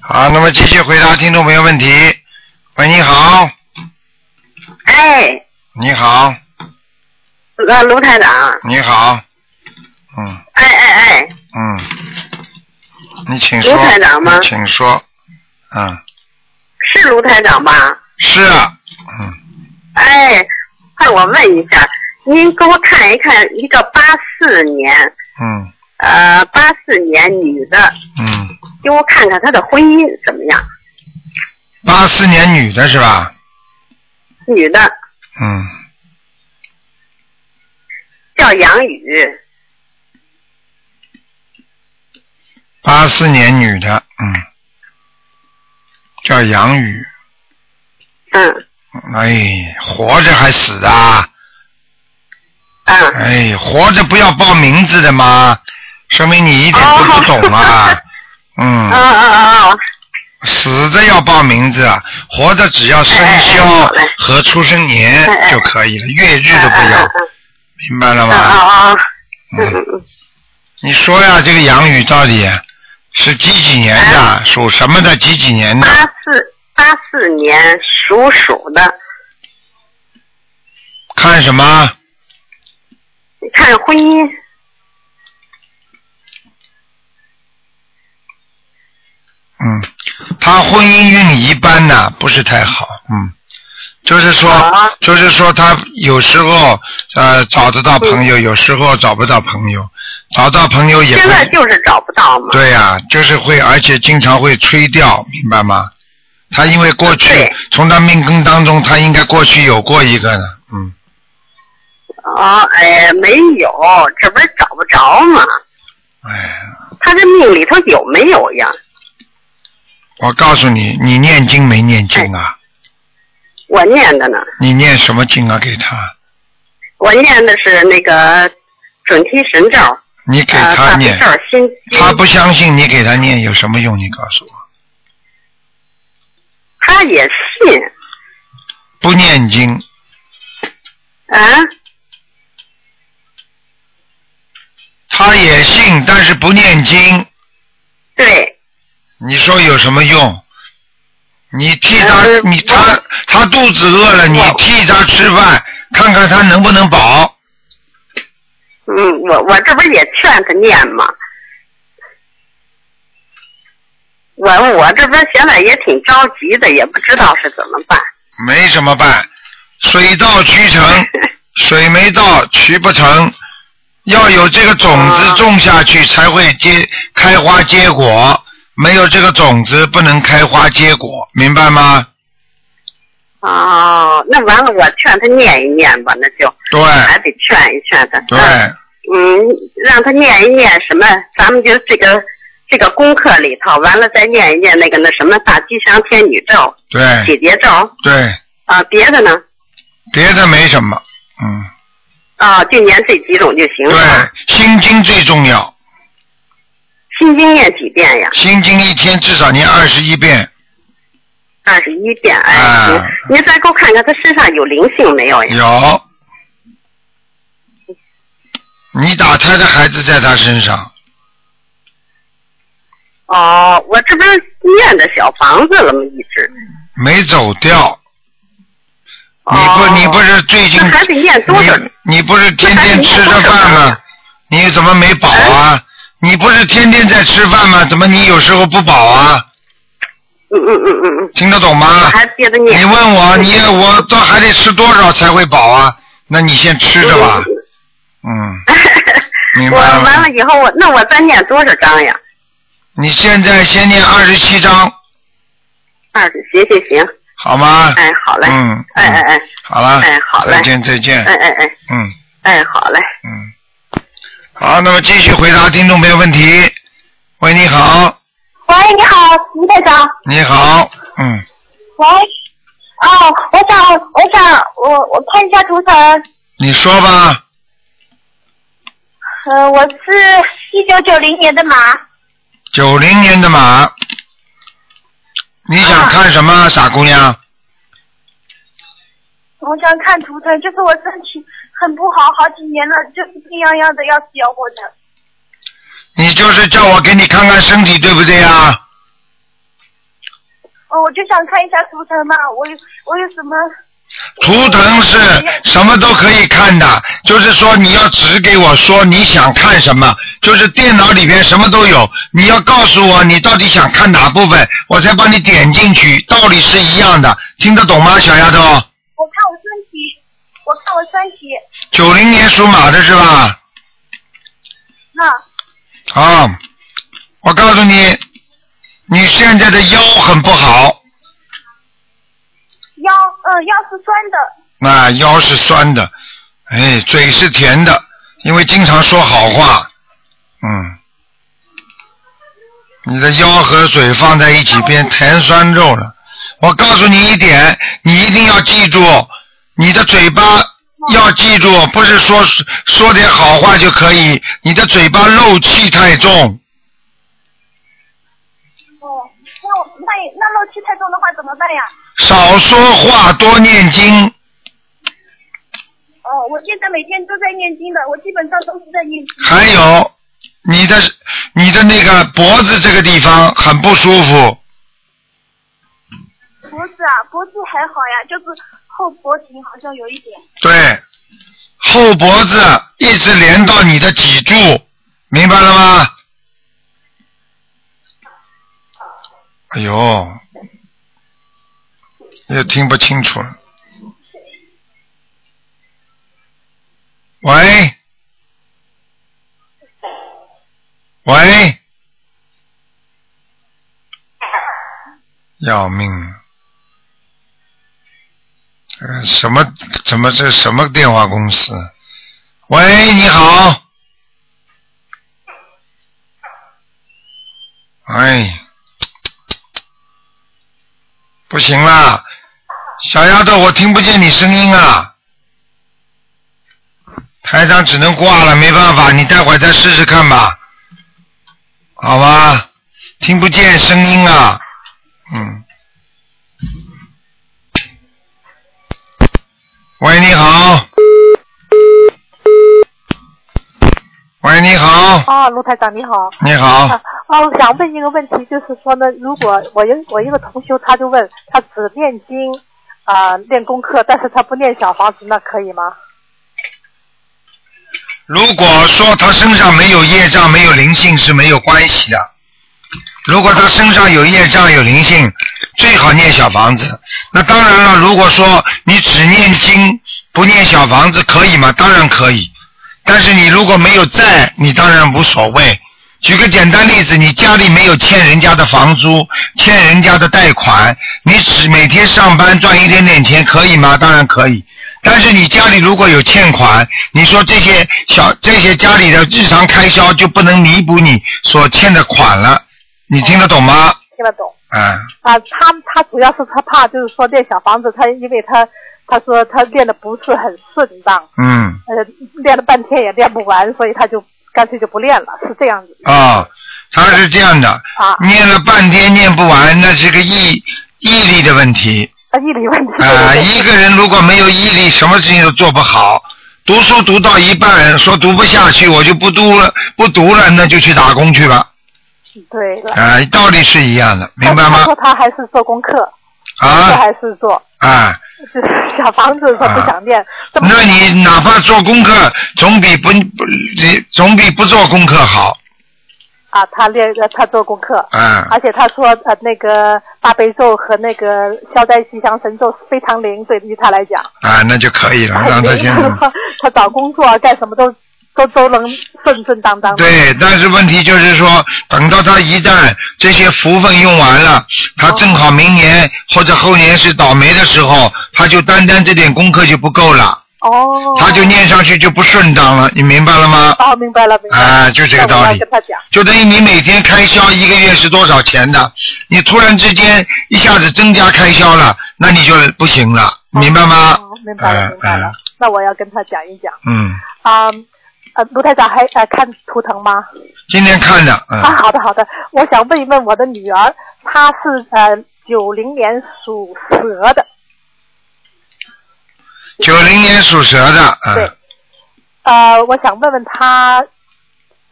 [SPEAKER 1] 好，那么继续回答听众朋友问题。喂，你好，
[SPEAKER 4] 哎，
[SPEAKER 1] 你好，
[SPEAKER 4] 呃，卢台长，
[SPEAKER 1] 你好，嗯
[SPEAKER 4] 哎哎哎，
[SPEAKER 1] 嗯，你请说
[SPEAKER 4] 卢台长吗，
[SPEAKER 1] 你请说，嗯。
[SPEAKER 4] 是卢台长吧？
[SPEAKER 1] 是啊，嗯，
[SPEAKER 4] 哎，快我问一下，您给我看一看一个八四年，
[SPEAKER 1] 嗯
[SPEAKER 4] 呃，八四年女的，
[SPEAKER 1] 嗯，
[SPEAKER 4] 给我看看她的婚姻怎么样？
[SPEAKER 1] 八四年女的是吧？
[SPEAKER 4] 女的
[SPEAKER 1] 嗯，
[SPEAKER 4] 叫杨宇，
[SPEAKER 1] 八四年女的，嗯，叫杨宇，
[SPEAKER 4] 嗯
[SPEAKER 1] 哎，活着还死的啊？
[SPEAKER 4] 嗯，
[SPEAKER 1] 哎，活着不要报名字的吗？说明你一点都不懂 啊。
[SPEAKER 4] 哦
[SPEAKER 1] 嗯，
[SPEAKER 4] 哦哦，
[SPEAKER 1] 死着要报名字，啊活着只要生
[SPEAKER 4] 哎
[SPEAKER 1] 肖和出生年就可以了，月日都不要，明白了
[SPEAKER 4] 嗯
[SPEAKER 1] 吗？
[SPEAKER 4] 哦哦，嗯
[SPEAKER 1] 嗯
[SPEAKER 4] 嗯嗯，
[SPEAKER 1] 你说呀，这个杨宇到底是几几年的？
[SPEAKER 4] 哎
[SPEAKER 1] 属什么的？几几年的？
[SPEAKER 4] 八四八四年属鼠的，
[SPEAKER 1] 看什么？
[SPEAKER 4] 你看婚姻，
[SPEAKER 1] 嗯，他婚姻运一般呐、不是太好。嗯，就是说，
[SPEAKER 4] 啊
[SPEAKER 1] 就是说，他有时候呃找得到朋友，有时候找不到朋友，找到朋友也
[SPEAKER 4] 嗯现在
[SPEAKER 1] 会。
[SPEAKER 4] 就是找不到嘛，
[SPEAKER 1] 对呀、就是会，而且经常会吹掉，明白吗？他因为过去
[SPEAKER 4] 对
[SPEAKER 1] 从他命根当中，他应该过去有过一个的，嗯。
[SPEAKER 4] 啊、哎，没有，这不是找不着吗？
[SPEAKER 1] 哎，
[SPEAKER 4] 他这命里头有没有呀？
[SPEAKER 1] 我告诉你，你念经没念经啊？
[SPEAKER 4] 我念的呢，
[SPEAKER 1] 你念什么经啊？给他，
[SPEAKER 4] 我念的是那个准提神咒，
[SPEAKER 1] 你给
[SPEAKER 4] 呃，
[SPEAKER 1] 他
[SPEAKER 4] 大悲
[SPEAKER 1] 念。
[SPEAKER 4] 咒心经。
[SPEAKER 1] 他不相信你给他念有什么用？你告诉我，
[SPEAKER 4] 他也信
[SPEAKER 1] 不念经，
[SPEAKER 4] 啊？
[SPEAKER 1] 他也信，但是不念经，
[SPEAKER 4] 对，
[SPEAKER 1] 你说有什么用？你替他
[SPEAKER 4] 呃，
[SPEAKER 1] 你他他肚子饿了，你替他吃饭，看看他能不能饱。
[SPEAKER 4] 嗯，我我这不是也劝他念吗？我我这不是现在也挺着急的，也不知道是怎么办。
[SPEAKER 1] 没什么办，水到渠 成，水没到渠不成，要有这个种子
[SPEAKER 4] 哦
[SPEAKER 1] 种下去才会结开花结果，没有这个种子不能开花结果，明白吗？
[SPEAKER 4] 哦，那完了，我劝他念一念吧，那就
[SPEAKER 1] 对
[SPEAKER 4] 还得劝一劝他。
[SPEAKER 1] 对，
[SPEAKER 4] 嗯，让他念一念什么？咱们就这个这个功课里头，完了再念一念那个那什么大吉祥天女咒、
[SPEAKER 1] 对
[SPEAKER 4] 姐姐咒
[SPEAKER 1] 对，
[SPEAKER 4] 啊，别的呢？
[SPEAKER 1] 别的没什么，嗯，
[SPEAKER 4] 啊，就念这几种就行
[SPEAKER 1] 对
[SPEAKER 4] 了。，
[SPEAKER 1] 心经最重要，
[SPEAKER 4] 心经念几遍呀？
[SPEAKER 1] 心经一天至少念二十一遍，
[SPEAKER 4] 二十一遍，哎，
[SPEAKER 1] 啊
[SPEAKER 4] 行，您再给我看看他身上有灵性没有呀？
[SPEAKER 1] 有。你打胎的孩子在他身上，
[SPEAKER 4] 哦，我这不是念的小房子了吗？一直。
[SPEAKER 1] 没走掉。你不，
[SPEAKER 4] 哦
[SPEAKER 1] 你不是最近
[SPEAKER 4] 那还得念多少？
[SPEAKER 1] 你你不是天天吃着饭吗？你怎么没饱
[SPEAKER 4] 嗯
[SPEAKER 1] 啊？你不是天天在吃饭吗？怎么你有时候不饱啊？
[SPEAKER 4] 嗯嗯嗯嗯嗯，
[SPEAKER 1] 听得懂
[SPEAKER 4] 我
[SPEAKER 1] 吗？
[SPEAKER 4] 还接着念。嗯
[SPEAKER 1] 你问我，你我都还得吃多少才会饱啊？那你先吃着吧，嗯， 明
[SPEAKER 4] 我
[SPEAKER 1] 白
[SPEAKER 4] 完
[SPEAKER 1] 吗
[SPEAKER 4] 了？以后我，那我再念多少章呀？
[SPEAKER 1] 你现在先念二十七章，
[SPEAKER 4] 二十，行行行，
[SPEAKER 1] 好吗？
[SPEAKER 4] 哎，好嘞，
[SPEAKER 1] 嗯嗯
[SPEAKER 4] 哎哎哎，
[SPEAKER 1] 好了，
[SPEAKER 4] 哎好嘞
[SPEAKER 1] 再见再见，
[SPEAKER 4] 哎哎哎，
[SPEAKER 1] 嗯
[SPEAKER 4] 哎，好嘞。
[SPEAKER 1] 嗯，好，那么继续回答听众朋友问题。喂，你好，
[SPEAKER 7] 喂，你好，卢队长。
[SPEAKER 1] 你好，嗯。
[SPEAKER 7] 喂，哦，我想，我想，我我看一下图腾，
[SPEAKER 1] 你说吧，
[SPEAKER 7] 呃，我是一九九零年的马，
[SPEAKER 1] 九零年的马，你想看什么，傻姑娘？
[SPEAKER 7] 我想看图腾，就是我身体很不好，好几年了，就是病殃殃的要死要活的。
[SPEAKER 1] 你就是叫我给你看看身体，对不对啊？
[SPEAKER 7] 哦，我就想看一下图腾嘛，我有我有什么？
[SPEAKER 1] 图腾是什么都可以看的，就是说你要指给我说你想看什么，就是电脑里边什么都有，你要告诉我你到底想看哪部分，我才帮你点进去，道理是一样的，听得懂吗，小丫头？
[SPEAKER 7] 我看我身体，我看我身体，
[SPEAKER 1] 九零年属马的是吧？
[SPEAKER 7] 那、
[SPEAKER 1] 啊，我告诉你，你现在的腰很不好，
[SPEAKER 7] 腰，嗯、腰是酸的，
[SPEAKER 1] 那腰是酸的，哎，嘴是甜的，因为经常说好话，嗯，你的腰和嘴放在一起变甜酸肉了。我告诉你一点，你一定要记住，你的嘴巴要记住，不是说说点好话就可以，你的嘴巴漏气太重，
[SPEAKER 7] 哦，那我那那漏气太重的话怎么办呀？
[SPEAKER 1] 少说话，多念经。
[SPEAKER 7] 哦，我现在每天都在念经的，我基本上都是在念经。
[SPEAKER 1] 还有你的你的那个脖子这个地方很不舒服，
[SPEAKER 7] 脖子啊，脖子还好呀，就是后脖颈好像有一点。
[SPEAKER 1] 对，后脖子一直连到你的脊柱，明白了吗？哎呦，又听不清楚了。喂，喂，要命了！这个什么？怎么这什么电话公司？喂，你好。哎，不行啦，小丫头，我听不见你声音啊。台长只能挂了，没办法，你待会儿再试试看吧，好吧？听不见声音啊，嗯。喂，你好。喂，你好，
[SPEAKER 8] 啊，卢台长你好。
[SPEAKER 1] 你好
[SPEAKER 8] 啊，，我想问一个问题，就是说呢，如果我有我一个同修，他就问他只念经啊、练功课，但是他不念小房子，那可以吗？
[SPEAKER 1] 如果说他身上没有业障、没有灵性是没有关系的。如果他身上有业障、有灵性，最好念小房子。那当然了，如果说你只念经不念小房子，可以吗？当然可以。但是你如果没有债，你当然无所谓。举个简单例子，你家里没有欠人家的房租、欠人家的贷款，你只每天上班赚一点点钱，可以吗？当然可以。但是你家里如果有欠款，你说这些小这些家里的日常开销就不能弥补你所欠的款了，你听得懂吗？
[SPEAKER 8] 听得懂。
[SPEAKER 1] 啊、
[SPEAKER 8] 啊，他他主要是他怕，就是说练小房子，他因为他他说他练的不是很顺当，
[SPEAKER 1] 嗯
[SPEAKER 8] 呃，练了半天也练不完，所以他就干脆就不练了，是这样子。
[SPEAKER 1] 啊，他是这样的，
[SPEAKER 8] 啊
[SPEAKER 1] 念了半天念不完，那是个毅毅力的问题。
[SPEAKER 8] 啊，毅力问题。
[SPEAKER 1] 啊，一个人如果没有毅力，什么事情都做不好。读书读到一半，说读不下去，我就不读了，不读了，那就去打工去了。
[SPEAKER 8] 对了。哦
[SPEAKER 1] 啊，道理是一样的，明白
[SPEAKER 8] 但是他
[SPEAKER 1] 吗
[SPEAKER 8] 说？他还是做功课，这
[SPEAKER 1] 啊
[SPEAKER 8] 还是做，
[SPEAKER 1] 啊，
[SPEAKER 8] 就是小房子他不想练，这么
[SPEAKER 1] 那你哪怕做功课，总比不不总比不做功课好。
[SPEAKER 8] 啊，他练呃他做功课，
[SPEAKER 1] 啊
[SPEAKER 8] 而且他说呃那个大悲咒和那个消灾吉祥神咒是非常灵，对于他来讲，
[SPEAKER 1] 啊，那就可以了，让他
[SPEAKER 8] 很灵。
[SPEAKER 1] 先。
[SPEAKER 8] 他 说他找工作啊干什么都都都能顺顺当当的。
[SPEAKER 1] 对，但是问题就是说，等到他一旦这些福分用完了，他正好明年或者后年是倒霉的时候，他就单单这点功课就不够了，
[SPEAKER 8] 哦，
[SPEAKER 1] 他就念上去就不顺当了，你明白了吗？
[SPEAKER 8] 哦，明白了，明白了。
[SPEAKER 1] 啊就这个道理
[SPEAKER 8] 那我要跟他讲，
[SPEAKER 1] 就等于你每天开销一个月是多少钱的，你突然之间一下子增加开销了，那你就不行了，明白吗？
[SPEAKER 8] 哦明白了，明白了
[SPEAKER 1] 嗯。
[SPEAKER 8] 那我要跟他讲一讲
[SPEAKER 1] 嗯，
[SPEAKER 8] 啊。呃，卢台长还呃看图腾吗？
[SPEAKER 1] 今天看的，
[SPEAKER 8] 啊，
[SPEAKER 1] 嗯，
[SPEAKER 8] 好的好的，我想问一问我的女儿，她是呃九零年属蛇的，
[SPEAKER 1] 九零年属蛇的，
[SPEAKER 8] 对
[SPEAKER 1] 嗯，
[SPEAKER 8] 呃，我想问问她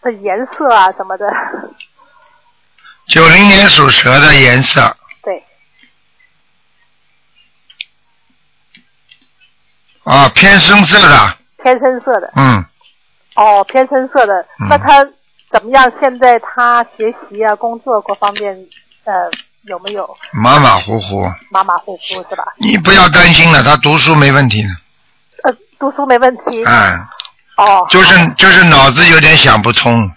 [SPEAKER 8] 的颜色啊什么的，
[SPEAKER 1] 九零年属蛇的颜色，
[SPEAKER 8] 对，
[SPEAKER 1] 啊，偏深色的，
[SPEAKER 8] 偏深色的，
[SPEAKER 1] 嗯，
[SPEAKER 8] 哦，偏深色的，
[SPEAKER 1] 嗯
[SPEAKER 8] 那她怎么样？现在她学习啊、工作各方面，呃，有没有
[SPEAKER 1] 马马虎虎。
[SPEAKER 8] 马马虎虎是吧？
[SPEAKER 1] 你不要担心了，他读书没问题的，
[SPEAKER 8] 呃，读书没问题，
[SPEAKER 1] 哎、
[SPEAKER 8] 哦，
[SPEAKER 1] 就是就是脑子有点想不通，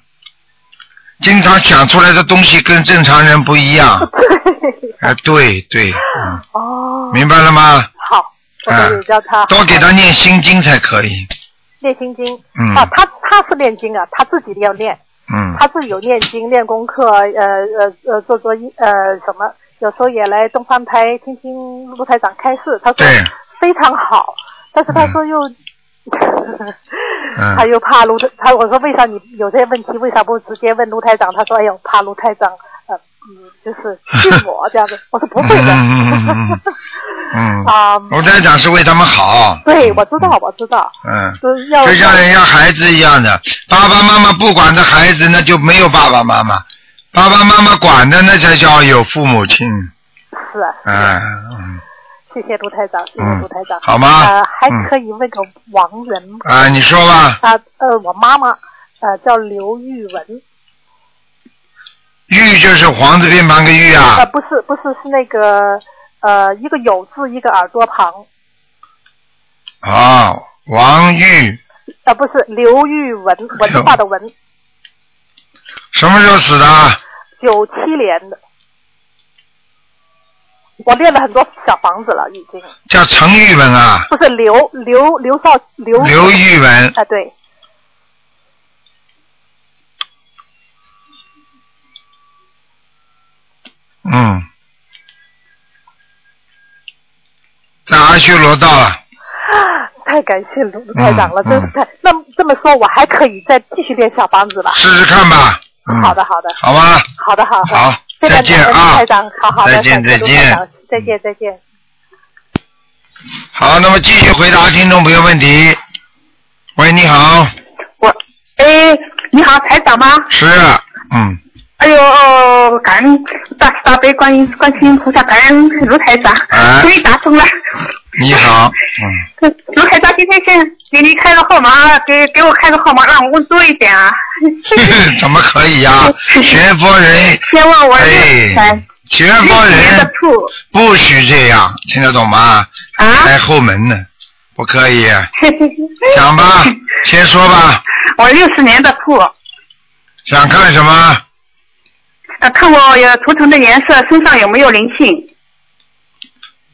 [SPEAKER 1] 经常想出来的东西跟正常人不一样。 哎、对对，嗯，
[SPEAKER 8] 哦，
[SPEAKER 1] 明白了吗？哎
[SPEAKER 8] 好，我得叫她
[SPEAKER 1] 多给他念心经才可以。
[SPEAKER 8] 念心经，
[SPEAKER 1] 嗯
[SPEAKER 8] 啊，她她是念经啊，她自己要念。
[SPEAKER 1] 嗯，
[SPEAKER 8] 他自己有念经、练功课，呃呃呃，做做一呃什么，有时候也来东方台听听陆台长开示，他说
[SPEAKER 1] 对
[SPEAKER 8] 非常好，但是他说又，
[SPEAKER 1] 嗯
[SPEAKER 8] 他又怕卢台他我说为啥你有这些问题为啥不直接问卢台长？他说哎呦怕卢台长呃嗯就是训我这 样子，我说不会的，
[SPEAKER 1] 嗯嗯嗯嗯 嗯
[SPEAKER 8] 啊、
[SPEAKER 1] 嗯，罗台长是为他们好。
[SPEAKER 8] 对我知道我知道，
[SPEAKER 1] 嗯，
[SPEAKER 8] 就是要
[SPEAKER 1] 就像人家孩子一样的，爸爸妈妈不管的孩子，那就没有爸爸妈妈；爸爸妈妈管的，那才叫有父母亲。
[SPEAKER 8] 是啊是啊
[SPEAKER 1] 哎，嗯
[SPEAKER 8] 谢谢卢台长，谢谢
[SPEAKER 1] 嗯
[SPEAKER 8] 卢台长，
[SPEAKER 1] 好吗
[SPEAKER 8] 呃，还
[SPEAKER 1] 嗯
[SPEAKER 8] 可以问个亡人吗
[SPEAKER 1] 啊，你说吧，
[SPEAKER 8] 她呃，我妈妈呃叫刘玉文，
[SPEAKER 1] 玉就是黄字边旁个玉
[SPEAKER 8] 呃
[SPEAKER 1] 啊，
[SPEAKER 8] 不是不是是那个呃一个有字一个耳朵旁，
[SPEAKER 1] 啊，王玉
[SPEAKER 8] 呃不是刘 玉文文化的文，
[SPEAKER 1] 什么时候死的？啊
[SPEAKER 8] 九七年的。我练了很多小房子了，已经
[SPEAKER 1] 叫陈玉文啊，
[SPEAKER 8] 不是刘刘刘少刘
[SPEAKER 1] 刘玉文
[SPEAKER 8] 啊、，对，
[SPEAKER 1] 嗯，在阿修罗道了，
[SPEAKER 8] 太感谢卢卢台长了，
[SPEAKER 1] 嗯
[SPEAKER 8] 真是太。那么这么说，我还可以再继续练小房子吧？
[SPEAKER 1] 试试看吧。嗯，
[SPEAKER 8] 好的，，好的，
[SPEAKER 1] 好吧，
[SPEAKER 8] 好的，好的。
[SPEAKER 1] 好
[SPEAKER 8] 非常
[SPEAKER 1] 再见
[SPEAKER 8] 感恩
[SPEAKER 1] 啊
[SPEAKER 8] 卢台长，好好的，
[SPEAKER 1] 再见
[SPEAKER 8] 感
[SPEAKER 1] 再
[SPEAKER 8] 谢卢台
[SPEAKER 1] 见
[SPEAKER 8] 长，再见，再见。
[SPEAKER 1] 好，那么继续回答听众朋友问题。喂，你好，
[SPEAKER 4] 我，哎，你好，台长吗？
[SPEAKER 1] 是，嗯，
[SPEAKER 4] 哎呦，
[SPEAKER 9] 我哦感恩大慈大悲观音观世音菩萨，感恩卢台长，
[SPEAKER 1] 哎
[SPEAKER 9] 终于打通了。
[SPEAKER 1] 你好，嗯，
[SPEAKER 9] 卢台长今天先给你开个号码，啊给给我开个号码，让我问多一点啊。
[SPEAKER 1] 嗯 怎么可以呀、啊学佛人，
[SPEAKER 9] 先问我六
[SPEAKER 1] 哎
[SPEAKER 9] 三，
[SPEAKER 1] 学佛
[SPEAKER 9] 年的
[SPEAKER 1] 人
[SPEAKER 9] 兔
[SPEAKER 1] 不许这样，听得懂吗？
[SPEAKER 9] 啊，
[SPEAKER 1] 开后门呢，不可以。讲吧，先说吧，
[SPEAKER 9] 我六十年的兔，
[SPEAKER 1] 想看什么？
[SPEAKER 9] 呃，看我有图腾的颜色，身上有没有灵性？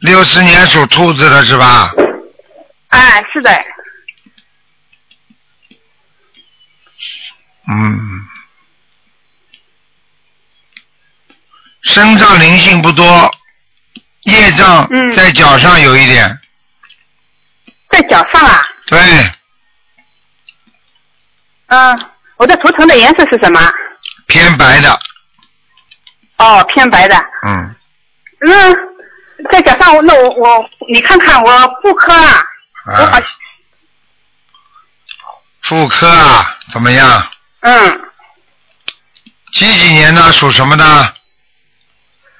[SPEAKER 1] 六十年属兔子的是吧？
[SPEAKER 9] 哎，是的，
[SPEAKER 1] 嗯，身上灵性不多，业障
[SPEAKER 9] 嗯
[SPEAKER 1] 在脚上有一点，
[SPEAKER 9] 在脚上啊。
[SPEAKER 1] 对，
[SPEAKER 9] 嗯、我的图腾的颜色是什么？
[SPEAKER 1] 偏白的，
[SPEAKER 9] 哦，偏白的。
[SPEAKER 1] 嗯，
[SPEAKER 9] 那再加上我，那我我你看看我妇科啊，我好
[SPEAKER 1] 啊，，妇科啊，怎么样？
[SPEAKER 9] 嗯，
[SPEAKER 1] 几几年的属什么的？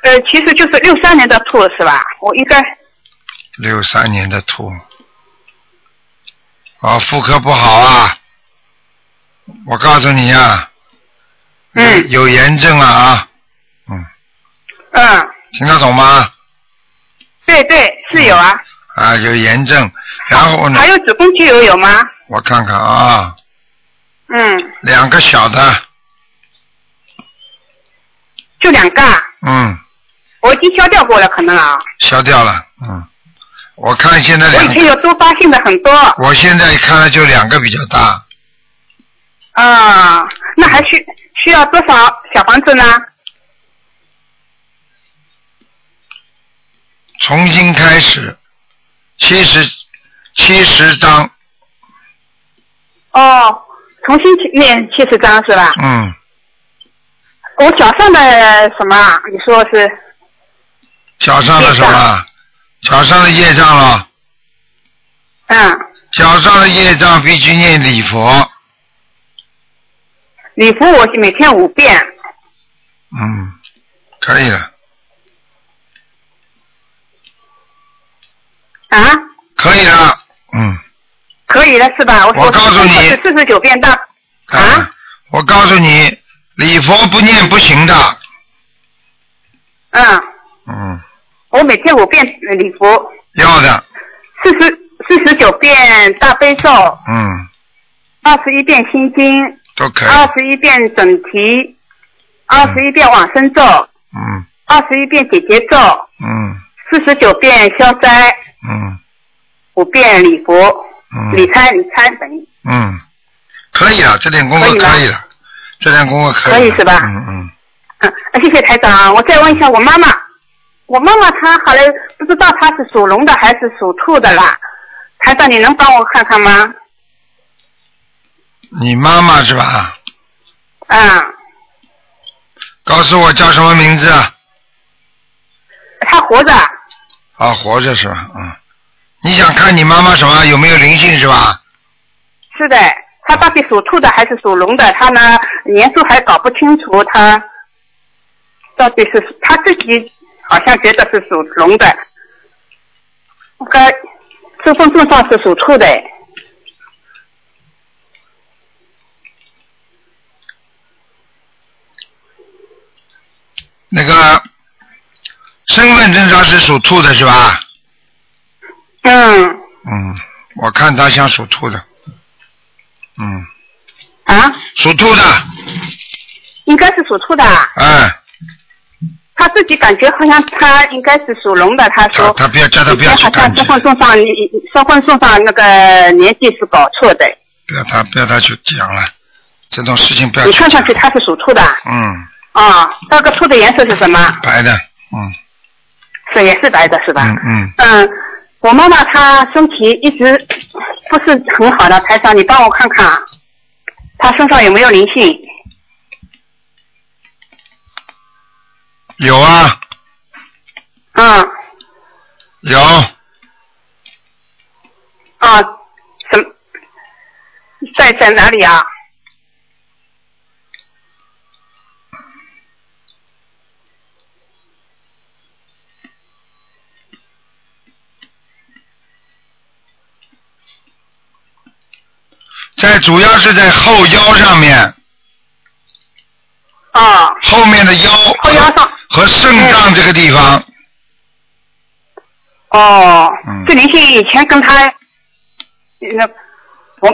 [SPEAKER 9] 呃，其实就是六三年的兔是吧？我应该
[SPEAKER 1] 六三年的兔，啊，妇科不好啊！我告诉你呀、啊，
[SPEAKER 9] 嗯
[SPEAKER 1] 有炎症了啊，
[SPEAKER 9] 嗯，
[SPEAKER 1] 听得懂吗？
[SPEAKER 9] 对对是有啊，
[SPEAKER 1] 啊，有炎症，然后嗯呢
[SPEAKER 9] 哦还，有子宫肌瘤有吗？
[SPEAKER 1] 我看看啊，
[SPEAKER 9] 嗯，
[SPEAKER 1] 两个小的，
[SPEAKER 9] 就两个，啊，
[SPEAKER 1] 嗯，
[SPEAKER 9] 我已经消掉过了，可能啊，
[SPEAKER 1] 消掉了，嗯，我看现在
[SPEAKER 9] 我
[SPEAKER 1] 两
[SPEAKER 9] 以前
[SPEAKER 1] 个，
[SPEAKER 9] 有多发性的很多，
[SPEAKER 1] 我现在看了就两个比较大，
[SPEAKER 9] 啊、那还需需要多少小房子呢？
[SPEAKER 1] 重新开始，七十七十张，
[SPEAKER 9] 哦，重新去念七十张是吧？
[SPEAKER 1] 嗯，
[SPEAKER 9] 我脚上的什么啊？你说是？
[SPEAKER 1] 脚上的什么？脚上的业障了，
[SPEAKER 9] 嗯，
[SPEAKER 1] 脚上的业障必须念礼佛，
[SPEAKER 9] 礼服我每天五遍，
[SPEAKER 1] 嗯，可以了，
[SPEAKER 9] 啊，
[SPEAKER 1] 可以了，嗯，
[SPEAKER 9] 可以了是吧？我
[SPEAKER 1] 我告诉你
[SPEAKER 9] 四十九遍大，
[SPEAKER 1] 啊，我告诉你，礼佛不念不行的，
[SPEAKER 9] 嗯，
[SPEAKER 1] 嗯，
[SPEAKER 9] 我每天五遍礼服，
[SPEAKER 1] 要的，
[SPEAKER 9] 四十四十九遍大悲咒，
[SPEAKER 1] 嗯，
[SPEAKER 9] 二十一遍心经，
[SPEAKER 1] 都可以，
[SPEAKER 9] 二十一遍准提，二十一遍往生咒，
[SPEAKER 1] 嗯
[SPEAKER 9] 二十一遍解结咒，
[SPEAKER 1] 嗯
[SPEAKER 9] 四十九遍消灾，
[SPEAKER 1] 嗯
[SPEAKER 9] 五遍礼服，
[SPEAKER 1] 嗯
[SPEAKER 9] 理财理财本
[SPEAKER 1] 嗯，可以了，这点功课
[SPEAKER 9] 可以吗
[SPEAKER 1] 可以了，这点功课可以了，
[SPEAKER 9] 可以是吧
[SPEAKER 1] 嗯嗯，
[SPEAKER 9] 嗯，谢谢台长。我再问一下我妈妈，我妈妈她好了，不知道她是属龙的还是属兔的啦。台长，你能帮我看看吗？
[SPEAKER 1] 你妈妈是吧？
[SPEAKER 9] 嗯，
[SPEAKER 1] 告诉我叫什么名字啊？
[SPEAKER 9] 她活着，
[SPEAKER 1] 啊，活着是吧？嗯，你想看你妈妈什么有没有灵性是吧？
[SPEAKER 9] 是的，她到底属兔的还是属龙的？她呢，年数还搞不清楚，她到底是她自己好像觉得是属龙的，我看身份证上是属兔的。
[SPEAKER 1] 那个身份证上是属兔的是吧？
[SPEAKER 9] 嗯，
[SPEAKER 1] 嗯，我看她像属兔的，嗯，
[SPEAKER 9] 啊，
[SPEAKER 1] 属兔的，
[SPEAKER 9] 应该是属兔的啊。
[SPEAKER 1] 哎，
[SPEAKER 9] 他自己感觉好像他应该是属龙的，他
[SPEAKER 1] 她
[SPEAKER 9] 说。
[SPEAKER 1] 她不要叫她不要去
[SPEAKER 9] 好
[SPEAKER 1] 感
[SPEAKER 9] 像
[SPEAKER 1] 觉
[SPEAKER 9] 身，份证上，身份证上那个年纪是搞错的，
[SPEAKER 1] 不要她不要她去讲了，这种事情不要
[SPEAKER 9] 你
[SPEAKER 1] 去
[SPEAKER 9] 看上
[SPEAKER 1] 讲
[SPEAKER 9] 去，他是属兔的啊
[SPEAKER 1] 嗯，
[SPEAKER 9] 啊。那个兔的颜色是什么？
[SPEAKER 1] 白的，嗯
[SPEAKER 9] 是也是白的，是吧？
[SPEAKER 1] 嗯嗯，
[SPEAKER 9] 嗯，我妈妈她身体一直不是很好的，台长你帮我看看，她身上有没有灵性？
[SPEAKER 1] 有啊
[SPEAKER 9] 嗯
[SPEAKER 1] 有，
[SPEAKER 9] 啊，什么在在哪里啊？
[SPEAKER 1] 在主要是在后腰上面，
[SPEAKER 9] 啊，
[SPEAKER 1] 后面的腰
[SPEAKER 9] 后腰上
[SPEAKER 1] 和肾脏这个地方，
[SPEAKER 9] 哦，
[SPEAKER 1] 嗯
[SPEAKER 9] 这灵性以前跟他，那我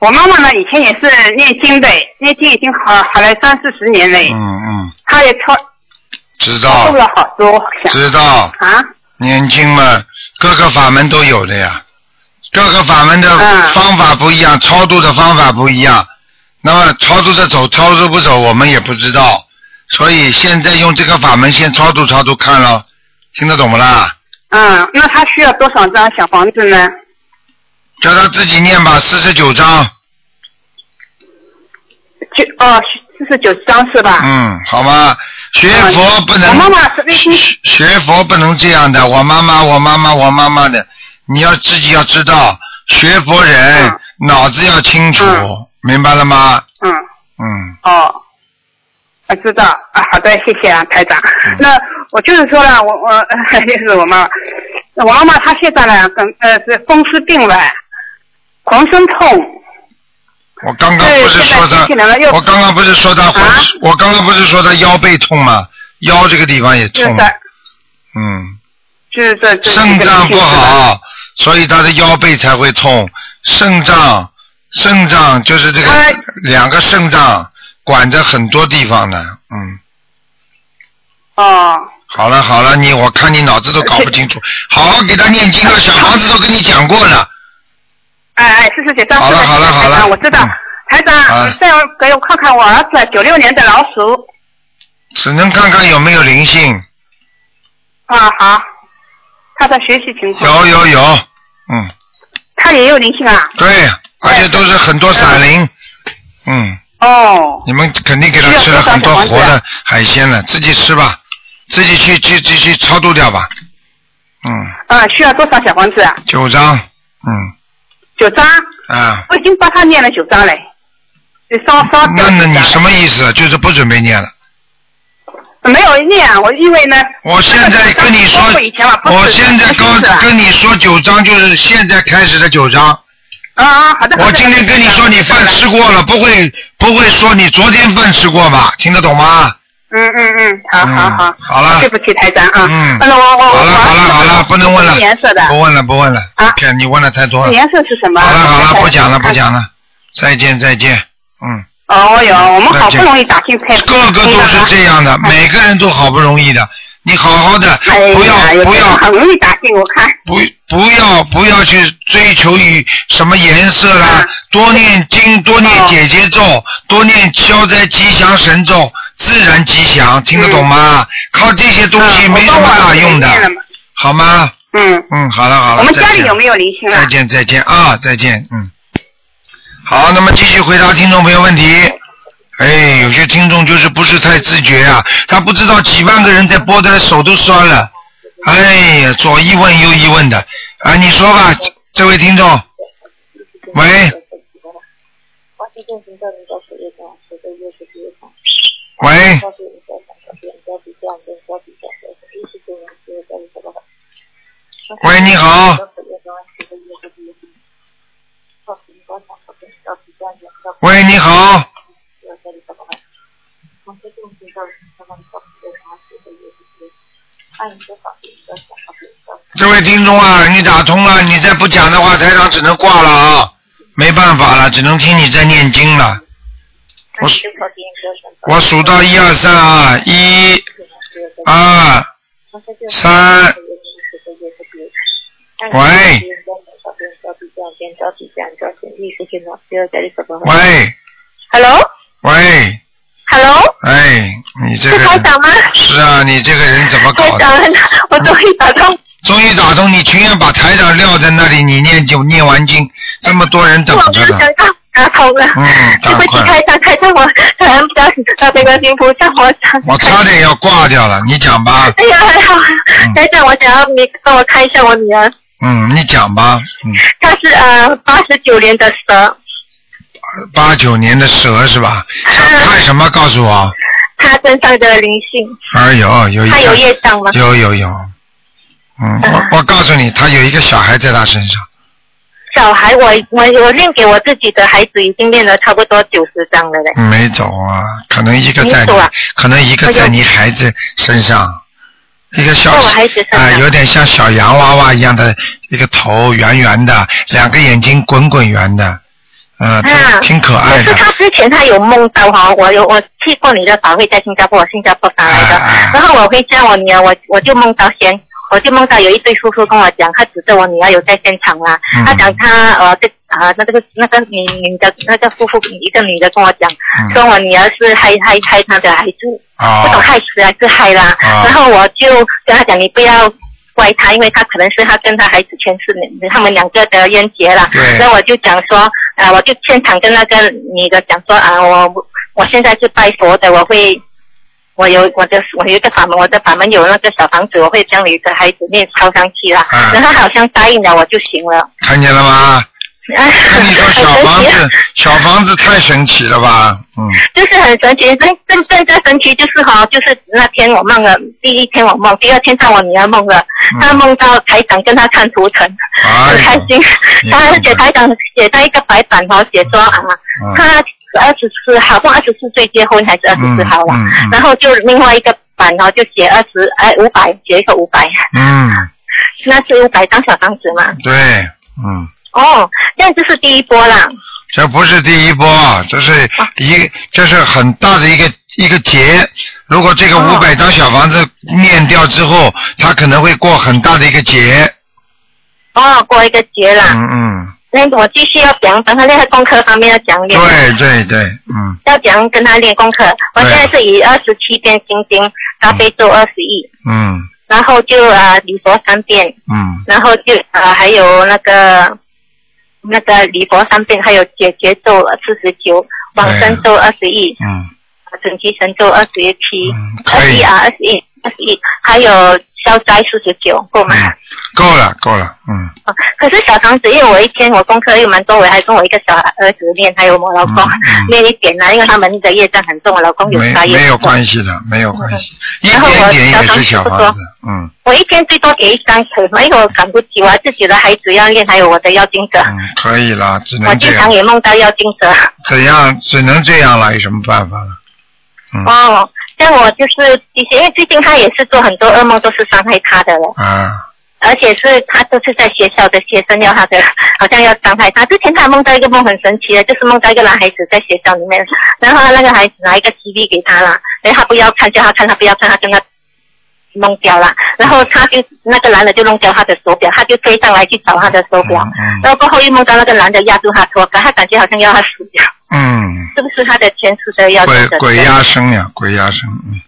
[SPEAKER 9] 我妈妈呢，以前也是念经的，念经已经好好了三四十年了，
[SPEAKER 1] 嗯嗯，
[SPEAKER 9] 她也超
[SPEAKER 1] 知
[SPEAKER 9] 度
[SPEAKER 1] 道
[SPEAKER 9] 了好多，想
[SPEAKER 1] 知道，
[SPEAKER 9] 啊，
[SPEAKER 1] 年轻嘛，各个法门都有的呀，各个法门的
[SPEAKER 9] 嗯
[SPEAKER 1] 方法不一样，超度的方法不一样。那么超度的走，超度不走，我们也不知道。所以现在用这个法门先超度超度看咯，听得懂不啦？
[SPEAKER 9] 嗯，那她需要多少张小房子呢？
[SPEAKER 1] 叫他自己念吧，四十九章，
[SPEAKER 9] 就哦，四十九张是吧？
[SPEAKER 1] 嗯，好吗？学
[SPEAKER 9] 嗯
[SPEAKER 1] 佛不能
[SPEAKER 9] 我妈妈是内心
[SPEAKER 1] 学佛不能这样的，我妈妈，我妈妈，我妈妈的，你要自己要知道，学佛人、脑子要清楚，
[SPEAKER 9] 嗯
[SPEAKER 1] 明白了吗？
[SPEAKER 9] 嗯
[SPEAKER 1] 嗯，
[SPEAKER 9] 哦，啊知道啊，好的，谢谢啊，台长。
[SPEAKER 1] 嗯
[SPEAKER 9] 那我就是说了，我我 就是我妈妈，我妈妈她现在呢，跟呃是风湿病了，浑身痛。
[SPEAKER 1] 我刚刚不是说
[SPEAKER 9] 对现在
[SPEAKER 1] 他
[SPEAKER 9] 听起来了，又
[SPEAKER 1] 我刚刚不是说他浑，
[SPEAKER 9] 啊
[SPEAKER 1] 我刚刚不是说他腰背痛吗？腰这个地方也
[SPEAKER 9] 就是
[SPEAKER 1] 痛，嗯，
[SPEAKER 9] 就是这这
[SPEAKER 1] 肾脏不，
[SPEAKER 9] 这
[SPEAKER 1] 好，所以他的腰背才会痛。肾脏，肾脏就是这个、
[SPEAKER 9] 哎
[SPEAKER 1] 两个肾脏管着很多地方呢，嗯。
[SPEAKER 9] 哦，
[SPEAKER 1] 好了好了，你我看你脑子都搞不清 楚，好好给他念经了，小房子都跟你讲过了，
[SPEAKER 9] 哎哎，是是是，张
[SPEAKER 1] 好了好了好了
[SPEAKER 9] 哎我知道
[SPEAKER 1] 嗯。
[SPEAKER 9] 台长
[SPEAKER 1] 啊，
[SPEAKER 9] 再给我看看我儿子九六年的老鼠
[SPEAKER 1] 只能看看有没有灵性，
[SPEAKER 9] 啊，好，他的学习情况，
[SPEAKER 1] 有有有，嗯，
[SPEAKER 9] 他也有灵性啊，
[SPEAKER 1] 对，而且都是很多闪灵，嗯，
[SPEAKER 9] 哦，
[SPEAKER 1] 你们肯定给他吃了很多活的海鲜了，自己吃吧，自己去去去去超度掉吧，嗯，
[SPEAKER 9] 啊，需要多少小房子啊？
[SPEAKER 1] 九张，嗯
[SPEAKER 9] 九张，
[SPEAKER 1] 啊，
[SPEAKER 9] 我已经帮他念了九张嘞，就烧烧掉
[SPEAKER 1] 那
[SPEAKER 9] 了
[SPEAKER 1] 那你
[SPEAKER 9] 九张
[SPEAKER 1] 什么意思啊？就是不准备念了。
[SPEAKER 9] 没有念啊？我因为呢，
[SPEAKER 1] 我现在跟你说
[SPEAKER 9] 包括以前嘛，不，是
[SPEAKER 1] 我现在
[SPEAKER 9] 不是
[SPEAKER 1] 跟跟你说九章就是现在开始的九章。
[SPEAKER 9] 啊啊，好的，好的
[SPEAKER 1] 我今天跟你说你饭吃，过了，不会不会说你昨天饭吃过吧？听得懂吗？
[SPEAKER 9] 嗯嗯嗯，好好好
[SPEAKER 1] 嗯，好了
[SPEAKER 9] 对不起台长啊，
[SPEAKER 1] 嗯
[SPEAKER 9] 那我我我
[SPEAKER 1] 好了好了好了，不能问了
[SPEAKER 9] 什么颜色的，，
[SPEAKER 1] 不问了不问了
[SPEAKER 9] 啊，哎
[SPEAKER 1] 骗你问的太多
[SPEAKER 9] 什么
[SPEAKER 1] 了。
[SPEAKER 9] 颜色是什么？
[SPEAKER 1] 好了好了，不讲了不
[SPEAKER 9] 了。
[SPEAKER 1] 讲了，再见再见，嗯。
[SPEAKER 9] 哦哟，我们好
[SPEAKER 1] 再
[SPEAKER 9] 不
[SPEAKER 1] 见
[SPEAKER 9] 容易打进配，
[SPEAKER 1] 个个都是这样的，
[SPEAKER 9] 嗯
[SPEAKER 1] 每个人都好不容易的，你好好的
[SPEAKER 9] 哎，呀
[SPEAKER 1] 不要
[SPEAKER 9] 有
[SPEAKER 1] 不
[SPEAKER 9] 时
[SPEAKER 1] 要
[SPEAKER 9] 候很容易打进，我看，
[SPEAKER 1] 不不要不要去追求于什么颜色啦
[SPEAKER 9] 啊，
[SPEAKER 1] 多念经，多念
[SPEAKER 9] 哦
[SPEAKER 1] 姐姐咒，多念消灾吉祥神咒，自然吉祥，听得懂吗？靠这些东西
[SPEAKER 9] 嗯
[SPEAKER 1] 没什么大用的，
[SPEAKER 9] 我帮我儿子也念了嘛
[SPEAKER 1] 好吗？
[SPEAKER 9] 嗯，
[SPEAKER 1] 嗯，好了好了，
[SPEAKER 9] 我们
[SPEAKER 1] 再
[SPEAKER 9] 家里
[SPEAKER 1] 见
[SPEAKER 9] 有没有灵性啊
[SPEAKER 1] 再？见再见啊，再见，嗯。好，那么继续回答听众朋友问题。哎，有些听众就是不是太自觉啊，他不知道几万个人在播的手都酸了。哎呀，左一问右一问的，啊，你说吧，这位听众。喂喂，喂，你好。喂，你好。这位听众啊，你打通了，你再不讲的话，台长只能挂了啊，没办法了，只能听你在念经了。我数我数到一二三啊，一、二、三。喂喂
[SPEAKER 6] Hello，Hello，
[SPEAKER 1] 喂，哎，你这个人
[SPEAKER 6] 吗？
[SPEAKER 1] 是啊，你这个人怎么搞的？
[SPEAKER 6] 我终于打通，
[SPEAKER 1] 终于打通，你情愿把台长撂在那里，你念就念完经，这么多人等着呢。
[SPEAKER 6] 到打通了
[SPEAKER 1] 嗯，
[SPEAKER 6] 对
[SPEAKER 1] 赶
[SPEAKER 6] 不起，
[SPEAKER 1] 快
[SPEAKER 6] 开，长，开长，我
[SPEAKER 7] 嗯
[SPEAKER 6] 感恩大大悲观音菩萨，我想。
[SPEAKER 1] 我差点要挂掉了，你讲吧，
[SPEAKER 6] 哎呀，还好
[SPEAKER 1] 嗯，
[SPEAKER 6] 台长，我想要你帮我看一下我女儿，
[SPEAKER 1] 嗯，你讲吧，嗯，
[SPEAKER 6] 她是呃八十九年的蛇，
[SPEAKER 1] 八九年的蛇是吧？想看什么？告诉我。
[SPEAKER 6] 她身上的灵性，
[SPEAKER 10] 嗯
[SPEAKER 1] 哎呦，有一
[SPEAKER 6] 她有
[SPEAKER 1] 个，
[SPEAKER 6] 业障吗？
[SPEAKER 10] 嗯
[SPEAKER 1] 有有有，嗯，我我告诉你，他有一个小孩在他身上，
[SPEAKER 10] 小孩我我我念给我自己的孩子已经念了差不多九十张了嘞。
[SPEAKER 1] 没走啊，可能一个在
[SPEAKER 10] 没
[SPEAKER 1] 你
[SPEAKER 10] 走啊，
[SPEAKER 1] 可能一个在你孩子身上，一个小
[SPEAKER 10] 在我孩子身上
[SPEAKER 1] 啊，有点像小洋娃娃一样的一个头，圆圆的，两个眼睛滚滚圆的，嗯，
[SPEAKER 10] 啊
[SPEAKER 1] 挺挺可爱
[SPEAKER 10] 可
[SPEAKER 1] 的
[SPEAKER 10] 是，他之前他有梦到哈，我有我去过你的法会，在新加坡，我新加坡返来的。
[SPEAKER 1] 啊
[SPEAKER 10] 然后我回家，我女儿，我我就梦到先，我就梦到有一对叔叔跟我讲，他指着我女儿有在现场啦，
[SPEAKER 11] 嗯
[SPEAKER 10] 他讲他呃这啊、那这个那个女女的那个夫妇一个女的跟我讲，
[SPEAKER 11] 嗯
[SPEAKER 10] 说我女儿是害害害她的孩子，
[SPEAKER 1] 哦
[SPEAKER 10] 不懂害死还是害啦。
[SPEAKER 1] 啊
[SPEAKER 11] 哦
[SPEAKER 10] 然后我就跟他讲，你不要。怪他，因为他可能是他跟他孩子前世他们两个的冤结了。
[SPEAKER 11] 对
[SPEAKER 10] 那我就讲说，啊，我就现场跟那个女的讲说，啊，我我现在是拜佛的，我会，我有我的我有一个法门，我的法门有那个小房子，我会将你的孩子念抄上去啦。
[SPEAKER 1] 嗯
[SPEAKER 10] 然后他好像答应了我就行了。
[SPEAKER 1] 看见了吗？
[SPEAKER 10] 那
[SPEAKER 1] 你说小 房
[SPEAKER 10] 啊
[SPEAKER 1] 子，小房子太神奇了吧？嗯，
[SPEAKER 10] 就是很神奇，更更更加神奇就是哈、就是那天我梦了，第一天我梦，第二天到我女儿梦了，
[SPEAKER 11] 嗯
[SPEAKER 10] 她梦到台长跟她看图腾，
[SPEAKER 1] 哎
[SPEAKER 10] 很开心。她而且台长写在一个白板上写说啊，
[SPEAKER 11] 嗯
[SPEAKER 10] 她二十四号，不二十四岁结婚还是二十四号了，
[SPEAKER 11] 嗯嗯嗯
[SPEAKER 10] 然后就另外一个板然后就写二十哎五百，写一个五百，
[SPEAKER 1] 嗯，
[SPEAKER 10] 那是五百张小房子嘛。
[SPEAKER 1] 对，嗯。
[SPEAKER 10] 哦，这样就是第一波啦。
[SPEAKER 1] 这不是第一波，这是
[SPEAKER 10] 啊
[SPEAKER 1] 一，这是很大的一个一个劫。如果这个
[SPEAKER 10] 哦
[SPEAKER 1] 五百张小房子念掉之后，他可能会过很大的一个劫。
[SPEAKER 10] 哦，过一个节啦。
[SPEAKER 1] 嗯嗯，
[SPEAKER 10] 那我继续要讲，等他那个功课方面要讲点。
[SPEAKER 1] 对对对，嗯
[SPEAKER 10] 要怎样跟他练功课？我现在是以二十七遍心经，大悲咒二十一，
[SPEAKER 1] 嗯
[SPEAKER 10] 然后就呃礼佛三遍，
[SPEAKER 1] 嗯
[SPEAKER 10] 然后就呃还有那个那个礼佛三遍，还有解结咒四十九，往生咒二十一，
[SPEAKER 1] 嗯，
[SPEAKER 10] 准提神咒二十一七，
[SPEAKER 1] 可
[SPEAKER 10] 二十
[SPEAKER 1] 以
[SPEAKER 10] 一啊二十一二十一，还有消灾四十九，够吗？
[SPEAKER 1] 嗯够了够了，嗯
[SPEAKER 10] 哦可是小房子，因为我一天我功课又蛮多，我还跟我一个小儿子练，还有我老公、练一点啊啦，因为他们的业障很重，我老公有
[SPEAKER 1] 嗯没
[SPEAKER 10] 杀业。
[SPEAKER 1] 没有关系的，没有关系，一
[SPEAKER 10] 嗯然后
[SPEAKER 1] 点
[SPEAKER 10] 我
[SPEAKER 1] 点
[SPEAKER 10] 小
[SPEAKER 1] 也是
[SPEAKER 10] 房子
[SPEAKER 1] 小
[SPEAKER 10] 不
[SPEAKER 1] 房
[SPEAKER 10] 多
[SPEAKER 1] 子，，嗯，
[SPEAKER 10] 我一天最多给一张可以吗？因为我赶不及，我自己的孩子要练，还有我的妖精者，
[SPEAKER 1] 可以了，只
[SPEAKER 10] 我
[SPEAKER 1] 嗯能这
[SPEAKER 10] 经
[SPEAKER 1] 样
[SPEAKER 10] 常，也梦到妖精者。
[SPEAKER 1] 怎样只能这样了，有什么办法了？嗯
[SPEAKER 10] 哦，像我就是以前，因为最近他也是做很多噩梦，都是伤害他的了。
[SPEAKER 1] 啊，
[SPEAKER 10] 而且是他都是在学校的学生要他的， 好像要伤害他。之前他梦到一个梦很神奇的，就是梦到一个男孩子在学校里面，然后那个孩子拿一个 CD 给他啦，然后他不要看，叫他看，他不要看，他跟他弄掉了。然后他就那个男的就弄掉他的手表，他就追上来去找他的手表，
[SPEAKER 1] 嗯
[SPEAKER 10] 然后过后又梦到那个男的压住他拖杆，他感觉好像要他死掉，
[SPEAKER 1] 嗯，
[SPEAKER 10] 是不是他的前世的要
[SPEAKER 1] 鬼鬼压身呀，鬼压身，嗯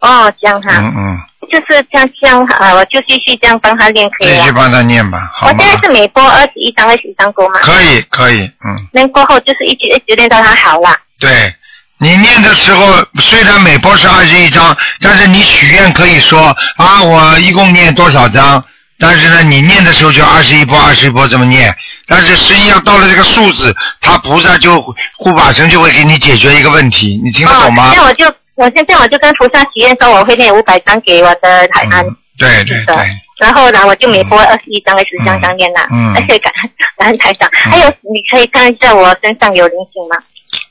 [SPEAKER 10] 哦，这样哈、
[SPEAKER 1] 嗯嗯，
[SPEAKER 10] 就是这样这样啊，我就继续这样帮他练可以啊
[SPEAKER 1] 继
[SPEAKER 10] 了
[SPEAKER 1] 续。帮他念吧，
[SPEAKER 10] 我
[SPEAKER 1] 好
[SPEAKER 10] 现
[SPEAKER 1] 吗？
[SPEAKER 10] 在是每波二十一张、二十一张够吗？
[SPEAKER 1] 可以可以，嗯，
[SPEAKER 10] 那过后就是一直一直练到他好了。
[SPEAKER 1] 对。你念的时候，虽然每波是二十一章，但是你许愿可以说啊，我一共念多少章？但是呢，你念的时候就二十一波、二十一波这么念。但是实际上到了这个数字，他菩萨就护法神就会给你解决一个问题，你听得懂吗？
[SPEAKER 10] 那哦我就我现在我就跟菩萨许愿说我会念五百张给我的海安，
[SPEAKER 1] 对对对，
[SPEAKER 10] 然后呢我就每波二十一张、二十张张念啦。
[SPEAKER 1] 嗯
[SPEAKER 10] 而且感感恩台长，还有你可以看一下我身上有灵性吗？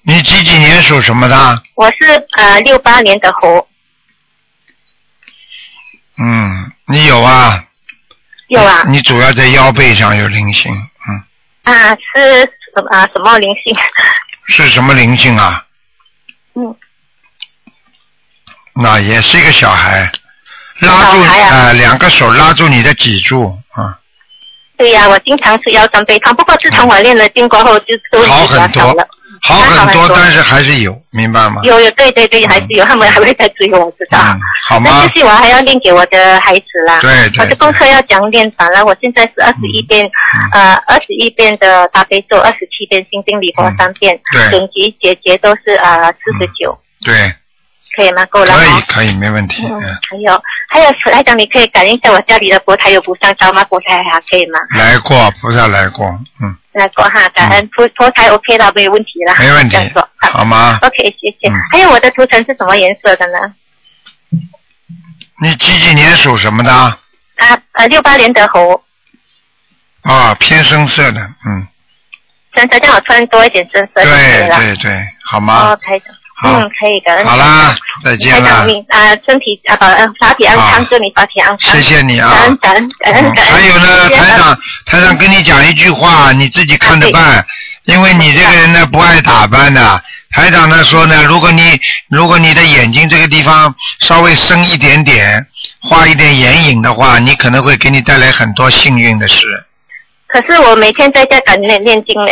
[SPEAKER 1] 你几几年属什么的？
[SPEAKER 10] 我是呃六八年的猴，
[SPEAKER 1] 嗯，你有啊？
[SPEAKER 10] 有啊
[SPEAKER 1] 你主要在腰背上有灵性，嗯，
[SPEAKER 10] 啊是什么啊什么灵性？
[SPEAKER 1] 是什么灵性啊？
[SPEAKER 10] 嗯，
[SPEAKER 1] 那也是一个小孩，拉
[SPEAKER 10] 嗯
[SPEAKER 1] 住啊、呃两个手拉住你的脊柱啊，
[SPEAKER 10] 对呀、我经常吃腰酸背痛，不过自从我练了经过后就都
[SPEAKER 1] 好
[SPEAKER 10] 比较
[SPEAKER 1] 很
[SPEAKER 10] 少
[SPEAKER 1] 多
[SPEAKER 10] 了。，
[SPEAKER 1] 好
[SPEAKER 10] 那好
[SPEAKER 1] 很
[SPEAKER 10] 很
[SPEAKER 1] 多，
[SPEAKER 10] 多
[SPEAKER 1] 但是还是有，明白吗？
[SPEAKER 10] 有有对对对，还是有，他们还会再追我，我知道。
[SPEAKER 1] 嗯，好
[SPEAKER 10] 那
[SPEAKER 1] 吗？
[SPEAKER 10] 就是我还要练给我的孩子啦。
[SPEAKER 1] 对对嗯
[SPEAKER 10] 我的功课要讲练法了。我现在是二十一遍，呃，二十一遍的大悲咒，二十七遍心经礼佛三遍，
[SPEAKER 1] 对
[SPEAKER 10] 准提解结都是呃四十九，
[SPEAKER 1] 对，
[SPEAKER 10] 可以吗？够了
[SPEAKER 1] 可以
[SPEAKER 10] 吗？
[SPEAKER 1] 可以，没问题。
[SPEAKER 10] 嗯
[SPEAKER 1] 嗯，
[SPEAKER 10] 还有还有，台长，你可以感应一下我家里的佛台有不上烧吗？佛台还可以吗？
[SPEAKER 1] 来过，菩萨来过，嗯，
[SPEAKER 10] 那过哈，感恩佛佛台 OK 了，没有问题了。
[SPEAKER 1] 没问题
[SPEAKER 10] 这样说，
[SPEAKER 1] 好吗？
[SPEAKER 10] OK，谢谢
[SPEAKER 1] 嗯。
[SPEAKER 10] 还有我的图腾是什么颜色的呢？
[SPEAKER 1] 你几几年属什么的？
[SPEAKER 10] 啊呃，六八年的猴，
[SPEAKER 1] 啊，偏深色的，嗯，
[SPEAKER 10] 真的让我穿多一点深色就可以
[SPEAKER 1] 对
[SPEAKER 10] 了。
[SPEAKER 1] 对对，好吗
[SPEAKER 10] 哦，？台长。
[SPEAKER 1] 好
[SPEAKER 10] 嗯，可以，感恩。
[SPEAKER 1] 好啦，，再
[SPEAKER 10] 台
[SPEAKER 1] 见啦
[SPEAKER 10] 长，你啊，身体啊，保安法体安康，祝你法体安康。
[SPEAKER 1] 谢谢你啊
[SPEAKER 10] 感恩感恩感恩
[SPEAKER 1] 嗯
[SPEAKER 10] 感恩。
[SPEAKER 1] 还有呢，
[SPEAKER 10] 谢谢嗯啊
[SPEAKER 1] 台长，台长跟你讲一句话，你自己看着办，因为你这个人呢不爱打扮的。台长呢说呢，如果你如果你的眼睛这个地方稍微深一点点，画一点眼影的话，你可能会给你带来很多幸运的事。
[SPEAKER 10] 可是我每天在家赶练念经呢。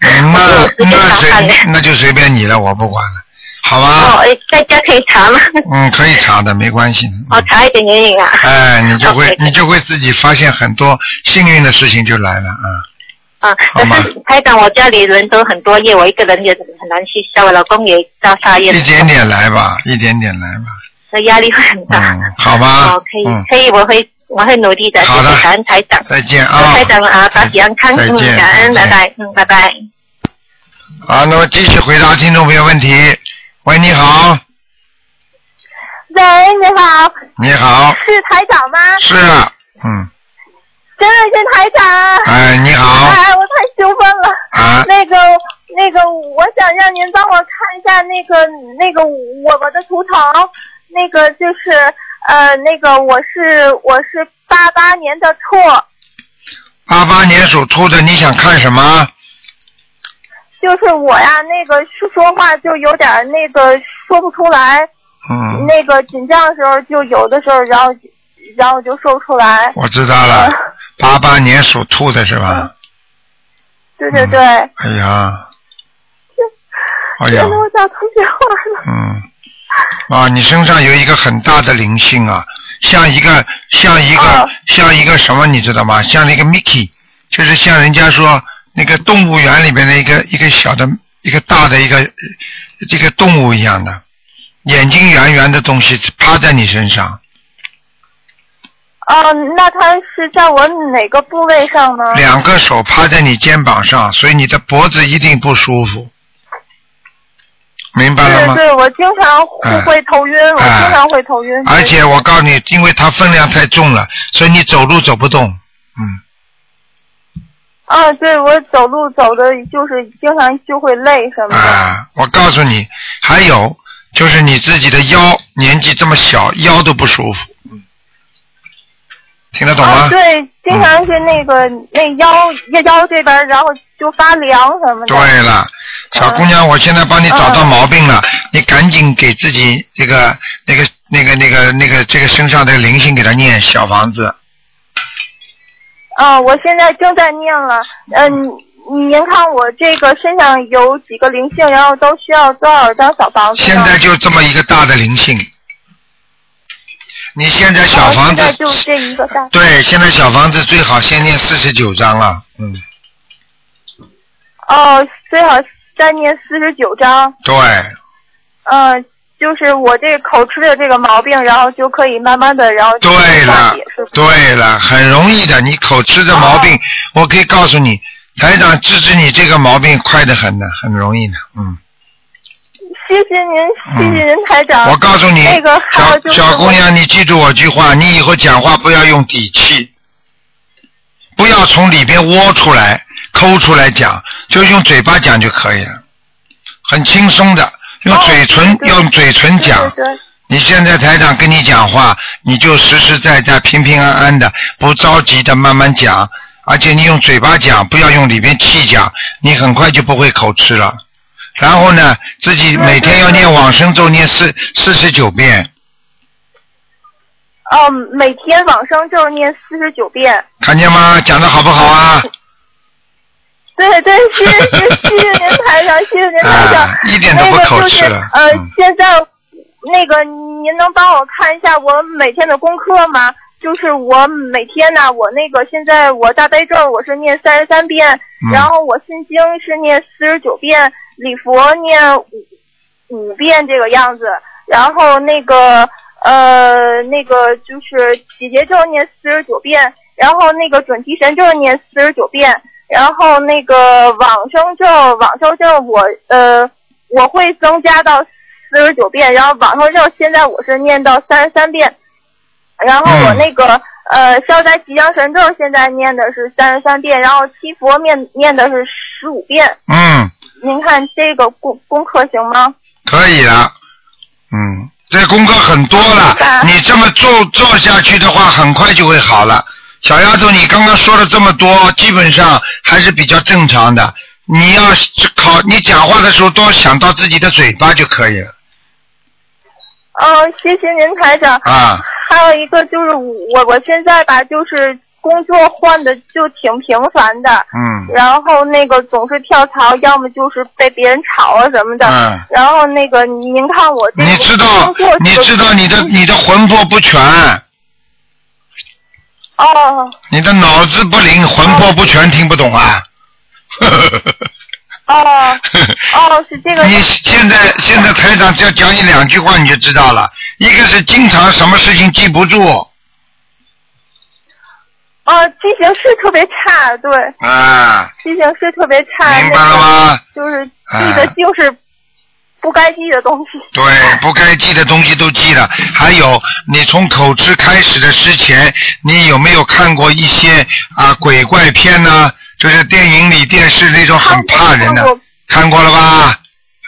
[SPEAKER 1] 嗯那
[SPEAKER 10] 我没有时间
[SPEAKER 1] 那
[SPEAKER 10] 打扮的
[SPEAKER 1] 随那就随便你了，我不管了，好吧？
[SPEAKER 10] 哦，哎在家可以查吗？
[SPEAKER 1] 嗯，可以查的，没关系。
[SPEAKER 10] 我查一点眼影啊。
[SPEAKER 1] 哎，你 就会
[SPEAKER 10] OK，
[SPEAKER 1] 你就会自己发现很多幸运的事情就来了啊。
[SPEAKER 10] 啊，
[SPEAKER 1] 好
[SPEAKER 10] 可
[SPEAKER 1] 吗
[SPEAKER 10] 是台长，我家里人都很多业，我一个人也很难去消，我老公也遭杀业，
[SPEAKER 1] 一点点来吧，一点点来吧，
[SPEAKER 10] 所以压力会很大。
[SPEAKER 1] 嗯，好吗？
[SPEAKER 10] 哦，可以，
[SPEAKER 1] 嗯，
[SPEAKER 10] 可以，我会我会努力的，谢
[SPEAKER 1] 好的
[SPEAKER 10] 谢感恩台长，
[SPEAKER 1] 再见啊
[SPEAKER 10] 台。长啊，保体安康，
[SPEAKER 1] 再
[SPEAKER 10] 嗯，
[SPEAKER 1] 见
[SPEAKER 10] 感恩，
[SPEAKER 1] 再
[SPEAKER 10] 拜
[SPEAKER 1] 见
[SPEAKER 10] 拜，嗯，拜拜。
[SPEAKER 1] 好，那么继续回答听众朋友问题。喂，你好，
[SPEAKER 7] 喂，你好，
[SPEAKER 1] 你好，
[SPEAKER 7] 是台长吗？
[SPEAKER 1] 是，啊，嗯，
[SPEAKER 7] 真的是台长啊。
[SPEAKER 1] 哎，你好，
[SPEAKER 7] 哎，我太兴奋了。
[SPEAKER 1] 啊
[SPEAKER 7] 那个，那个，我想让您帮我看一下那个那个我我的图腾，那个就是呃，那个我是我是八八年的兔，
[SPEAKER 1] 八八年属兔的，你想看什么？
[SPEAKER 7] 就是我呀，那个说说话就有点儿那个说不出来，
[SPEAKER 1] 嗯，
[SPEAKER 7] 那个紧张的时候就有的时候，然后然后就说不出来。呃
[SPEAKER 1] 我知道了，八八年属兔的是吧？
[SPEAKER 7] 对对对，
[SPEAKER 1] 哎呀，哎
[SPEAKER 7] 真
[SPEAKER 1] 呀，
[SPEAKER 7] 哦的我想同学话了。
[SPEAKER 1] 嗯，啊，你身上有一个很大的灵性啊，像一个像一个、
[SPEAKER 7] 哦
[SPEAKER 1] 像一个什么，你知道吗？像那个 Mickey，就是像人家说那个动物园里面的一个一个小的一个大的一个呃这个动物一样的，眼睛圆圆的东西趴在你身上，
[SPEAKER 7] 哦、那他是在我哪个部位上呢？
[SPEAKER 1] 两个手趴在你肩膀上，所以你的脖子一定不舒服，明白了
[SPEAKER 7] 对
[SPEAKER 1] 吗？
[SPEAKER 7] 对，我经常会
[SPEAKER 1] 哎
[SPEAKER 7] 会头晕，我经常会头晕。
[SPEAKER 1] 而且我告诉你，因为它分量太重了，所以你走路走不动。
[SPEAKER 7] 啊，对我走路走的就是经常就会累什么的。
[SPEAKER 1] 啊，我告诉你，还有就是你自己的腰，年纪这么小，腰都不舒服。嗯，听得懂吗？嗯
[SPEAKER 7] 啊，对，经常是那个、那腰腰这边，然后就发凉什么的。
[SPEAKER 1] 对了，小姑娘，我现在帮你找
[SPEAKER 7] 嗯
[SPEAKER 1] 到毛病了，你赶紧给自己这个那个那个那个那个这个身上的灵性给它念小房子。
[SPEAKER 7] 啊，我现在正在念了。嗯、您看我这个身上有几个灵性，然后都需要多少张小房子呢？
[SPEAKER 1] 现在就这么一个大的灵性，你现在小房子
[SPEAKER 7] 啊、现在就这一个大。
[SPEAKER 1] 对，现在小房子最好先念四十九章了。嗯，
[SPEAKER 7] 哦，最好再念四十九章。
[SPEAKER 1] 对，
[SPEAKER 7] 嗯、就是我这口吃的这个毛病，然后就可以慢慢的，然后对
[SPEAKER 1] 了，对了，很容易的。你口吃的毛病，我可以告诉你，台长制止你这个毛病快得很的，很容易的。嗯，
[SPEAKER 7] 谢谢您，谢谢您台长。
[SPEAKER 1] 我告诉你
[SPEAKER 7] 那个还有就是
[SPEAKER 1] 小姑
[SPEAKER 7] 我
[SPEAKER 1] 娘，你记住我句话，你以后讲话不要用底气，不要从里边窝出来、抠出来讲，就用嘴巴讲就可以了，很轻松的，用嘴唇、用嘴唇讲。
[SPEAKER 7] 哦对对
[SPEAKER 1] 你现在台长跟你讲话，你就实实在在、平平安安的，不着急的慢慢讲，而且你用嘴巴讲，不要用里边气讲，你很快就不会口吃了。然后呢，自己每天要念往生咒，念四四十九遍，
[SPEAKER 7] 哦，每天往生咒念四十九遍。
[SPEAKER 1] 看见吗？讲的好不好啊？
[SPEAKER 7] 对对，谢谢谢谢谢您台长，谢谢您台长，
[SPEAKER 1] 啊一点都不
[SPEAKER 7] 那个
[SPEAKER 1] 口
[SPEAKER 7] 就
[SPEAKER 1] 吃
[SPEAKER 7] 是
[SPEAKER 1] 了嗯
[SPEAKER 7] 呃，现在那个您能帮我看一下我每天的功课吗？就是我每天呢、我那个现在我大悲咒我是念三十三遍，
[SPEAKER 1] 嗯
[SPEAKER 7] 然后我心经是念四十九遍，礼佛念五五遍这个样子，然后那个呃那个就是姐姐咒念四十九遍，然后那个准提神咒念四十九遍，然后那个往生咒往生咒我呃我会增加到四十九遍，然后往生咒现在我是念到三十三遍，然后我那个、呃，消灾吉祥神咒现在念的是三十三遍，然后七佛念念的是十五遍。
[SPEAKER 1] 嗯，
[SPEAKER 7] 您看这个功功课行吗？
[SPEAKER 1] 可以了，嗯，这功课很多了，你这么做做下去的话，很快就会好了。小丫头，你刚刚说了这么多，基本上还是比较正常的。你要是考，你讲话的时候多想到自己的嘴巴就可以了
[SPEAKER 7] 哦，谢谢您台长。
[SPEAKER 1] 啊。
[SPEAKER 7] 还有一个就是我我现在吧，就是工作换的就挺频繁的，
[SPEAKER 1] 嗯
[SPEAKER 7] 然后那个总是跳槽，要么就是被别人炒啊什么的，
[SPEAKER 1] 嗯
[SPEAKER 7] 然后那个您看我这
[SPEAKER 1] 你知道
[SPEAKER 7] 工作，
[SPEAKER 1] 你知道你的你的魂魄不全，
[SPEAKER 7] 哦
[SPEAKER 1] 你的脑子不灵，魂魄不全，听不懂啊？
[SPEAKER 7] 哦 哦是这个
[SPEAKER 1] 你现在现在台长只要讲你两句话你就知道了，一个是经常什么事情记不住
[SPEAKER 7] 哦记性是特别差，对，
[SPEAKER 1] 啊，
[SPEAKER 7] 记性是特别差，
[SPEAKER 1] 明白了吗？
[SPEAKER 7] 就是记
[SPEAKER 1] 啊
[SPEAKER 7] 得就是不该记的东西。
[SPEAKER 1] 对，不该记的东西都记了。还有，你从口吃开始的之前，你有没有看过一些啊鬼怪片呢？就是电影里、电视那种很怕人的，看过了吧？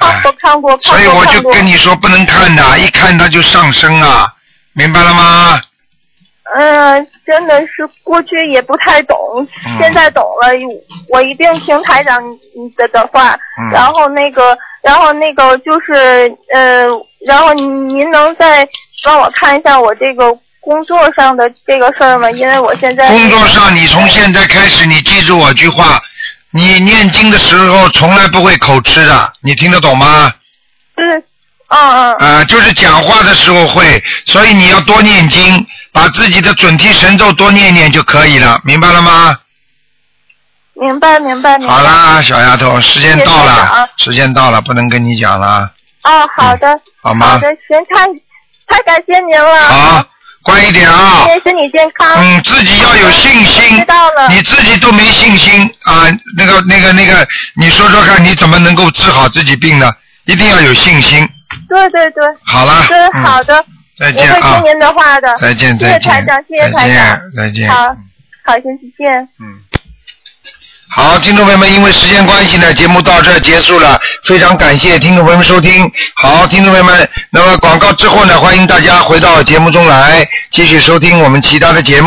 [SPEAKER 1] 哎
[SPEAKER 7] 我看过，看过
[SPEAKER 1] 所以我就
[SPEAKER 7] 看过
[SPEAKER 1] 跟你说不能看的，一看它就上升啊，明白了吗？
[SPEAKER 7] 嗯，真的是过去也不太懂，
[SPEAKER 1] 嗯
[SPEAKER 7] 现在懂了，我一定听台长你的的话。
[SPEAKER 1] 嗯
[SPEAKER 7] 然后那个，然后那个就是呃，然后您能再帮我看一下我这个工作上的这个事儿吗？因为我现在
[SPEAKER 1] 工作上，你从现在开始，你记住我句话，你念经的时候从来不会口吃的，你听得懂吗？
[SPEAKER 7] 嗯嗯
[SPEAKER 1] 啊、就是讲话的时候会，所以你要多念经，把自己的准提神咒多念念就可以了，明白了吗？
[SPEAKER 7] 明白明白明白。
[SPEAKER 1] 好啦，小丫头，时间
[SPEAKER 7] 嗯谢谢
[SPEAKER 1] 到
[SPEAKER 7] 台长
[SPEAKER 1] 了
[SPEAKER 7] 啊，
[SPEAKER 1] 时间到了，不能跟你讲了，
[SPEAKER 7] 哦，好的，
[SPEAKER 1] 嗯好吗
[SPEAKER 7] 好的，行，太太感谢您了。
[SPEAKER 1] 好，乖一点啊。
[SPEAKER 7] 谢谢身体健康。
[SPEAKER 1] 嗯，自己要有信心。
[SPEAKER 7] 知道了。
[SPEAKER 1] 你自己都没信心啊，那个、那个、那个，你说说看，你怎么能够治好自己病呢？一定要有信心。
[SPEAKER 7] 对对对。
[SPEAKER 1] 好啦
[SPEAKER 7] 对，
[SPEAKER 1] 嗯
[SPEAKER 7] 好的。
[SPEAKER 1] 再见
[SPEAKER 7] 我
[SPEAKER 1] 啊
[SPEAKER 7] 会听您的话的。
[SPEAKER 1] 再见
[SPEAKER 7] 谢谢
[SPEAKER 1] 再见
[SPEAKER 7] 台长，谢谢
[SPEAKER 1] 再
[SPEAKER 7] 台
[SPEAKER 1] 见
[SPEAKER 7] 长。
[SPEAKER 1] 再见
[SPEAKER 7] 好，好，先再见。
[SPEAKER 1] 好，听众朋友们，因为时间关系呢，节目到这儿结束了，非常感谢听众朋友们收听。好，听众朋友们，那么广告之后呢，欢迎大家回到节目中来，继续收听我们其他的节目。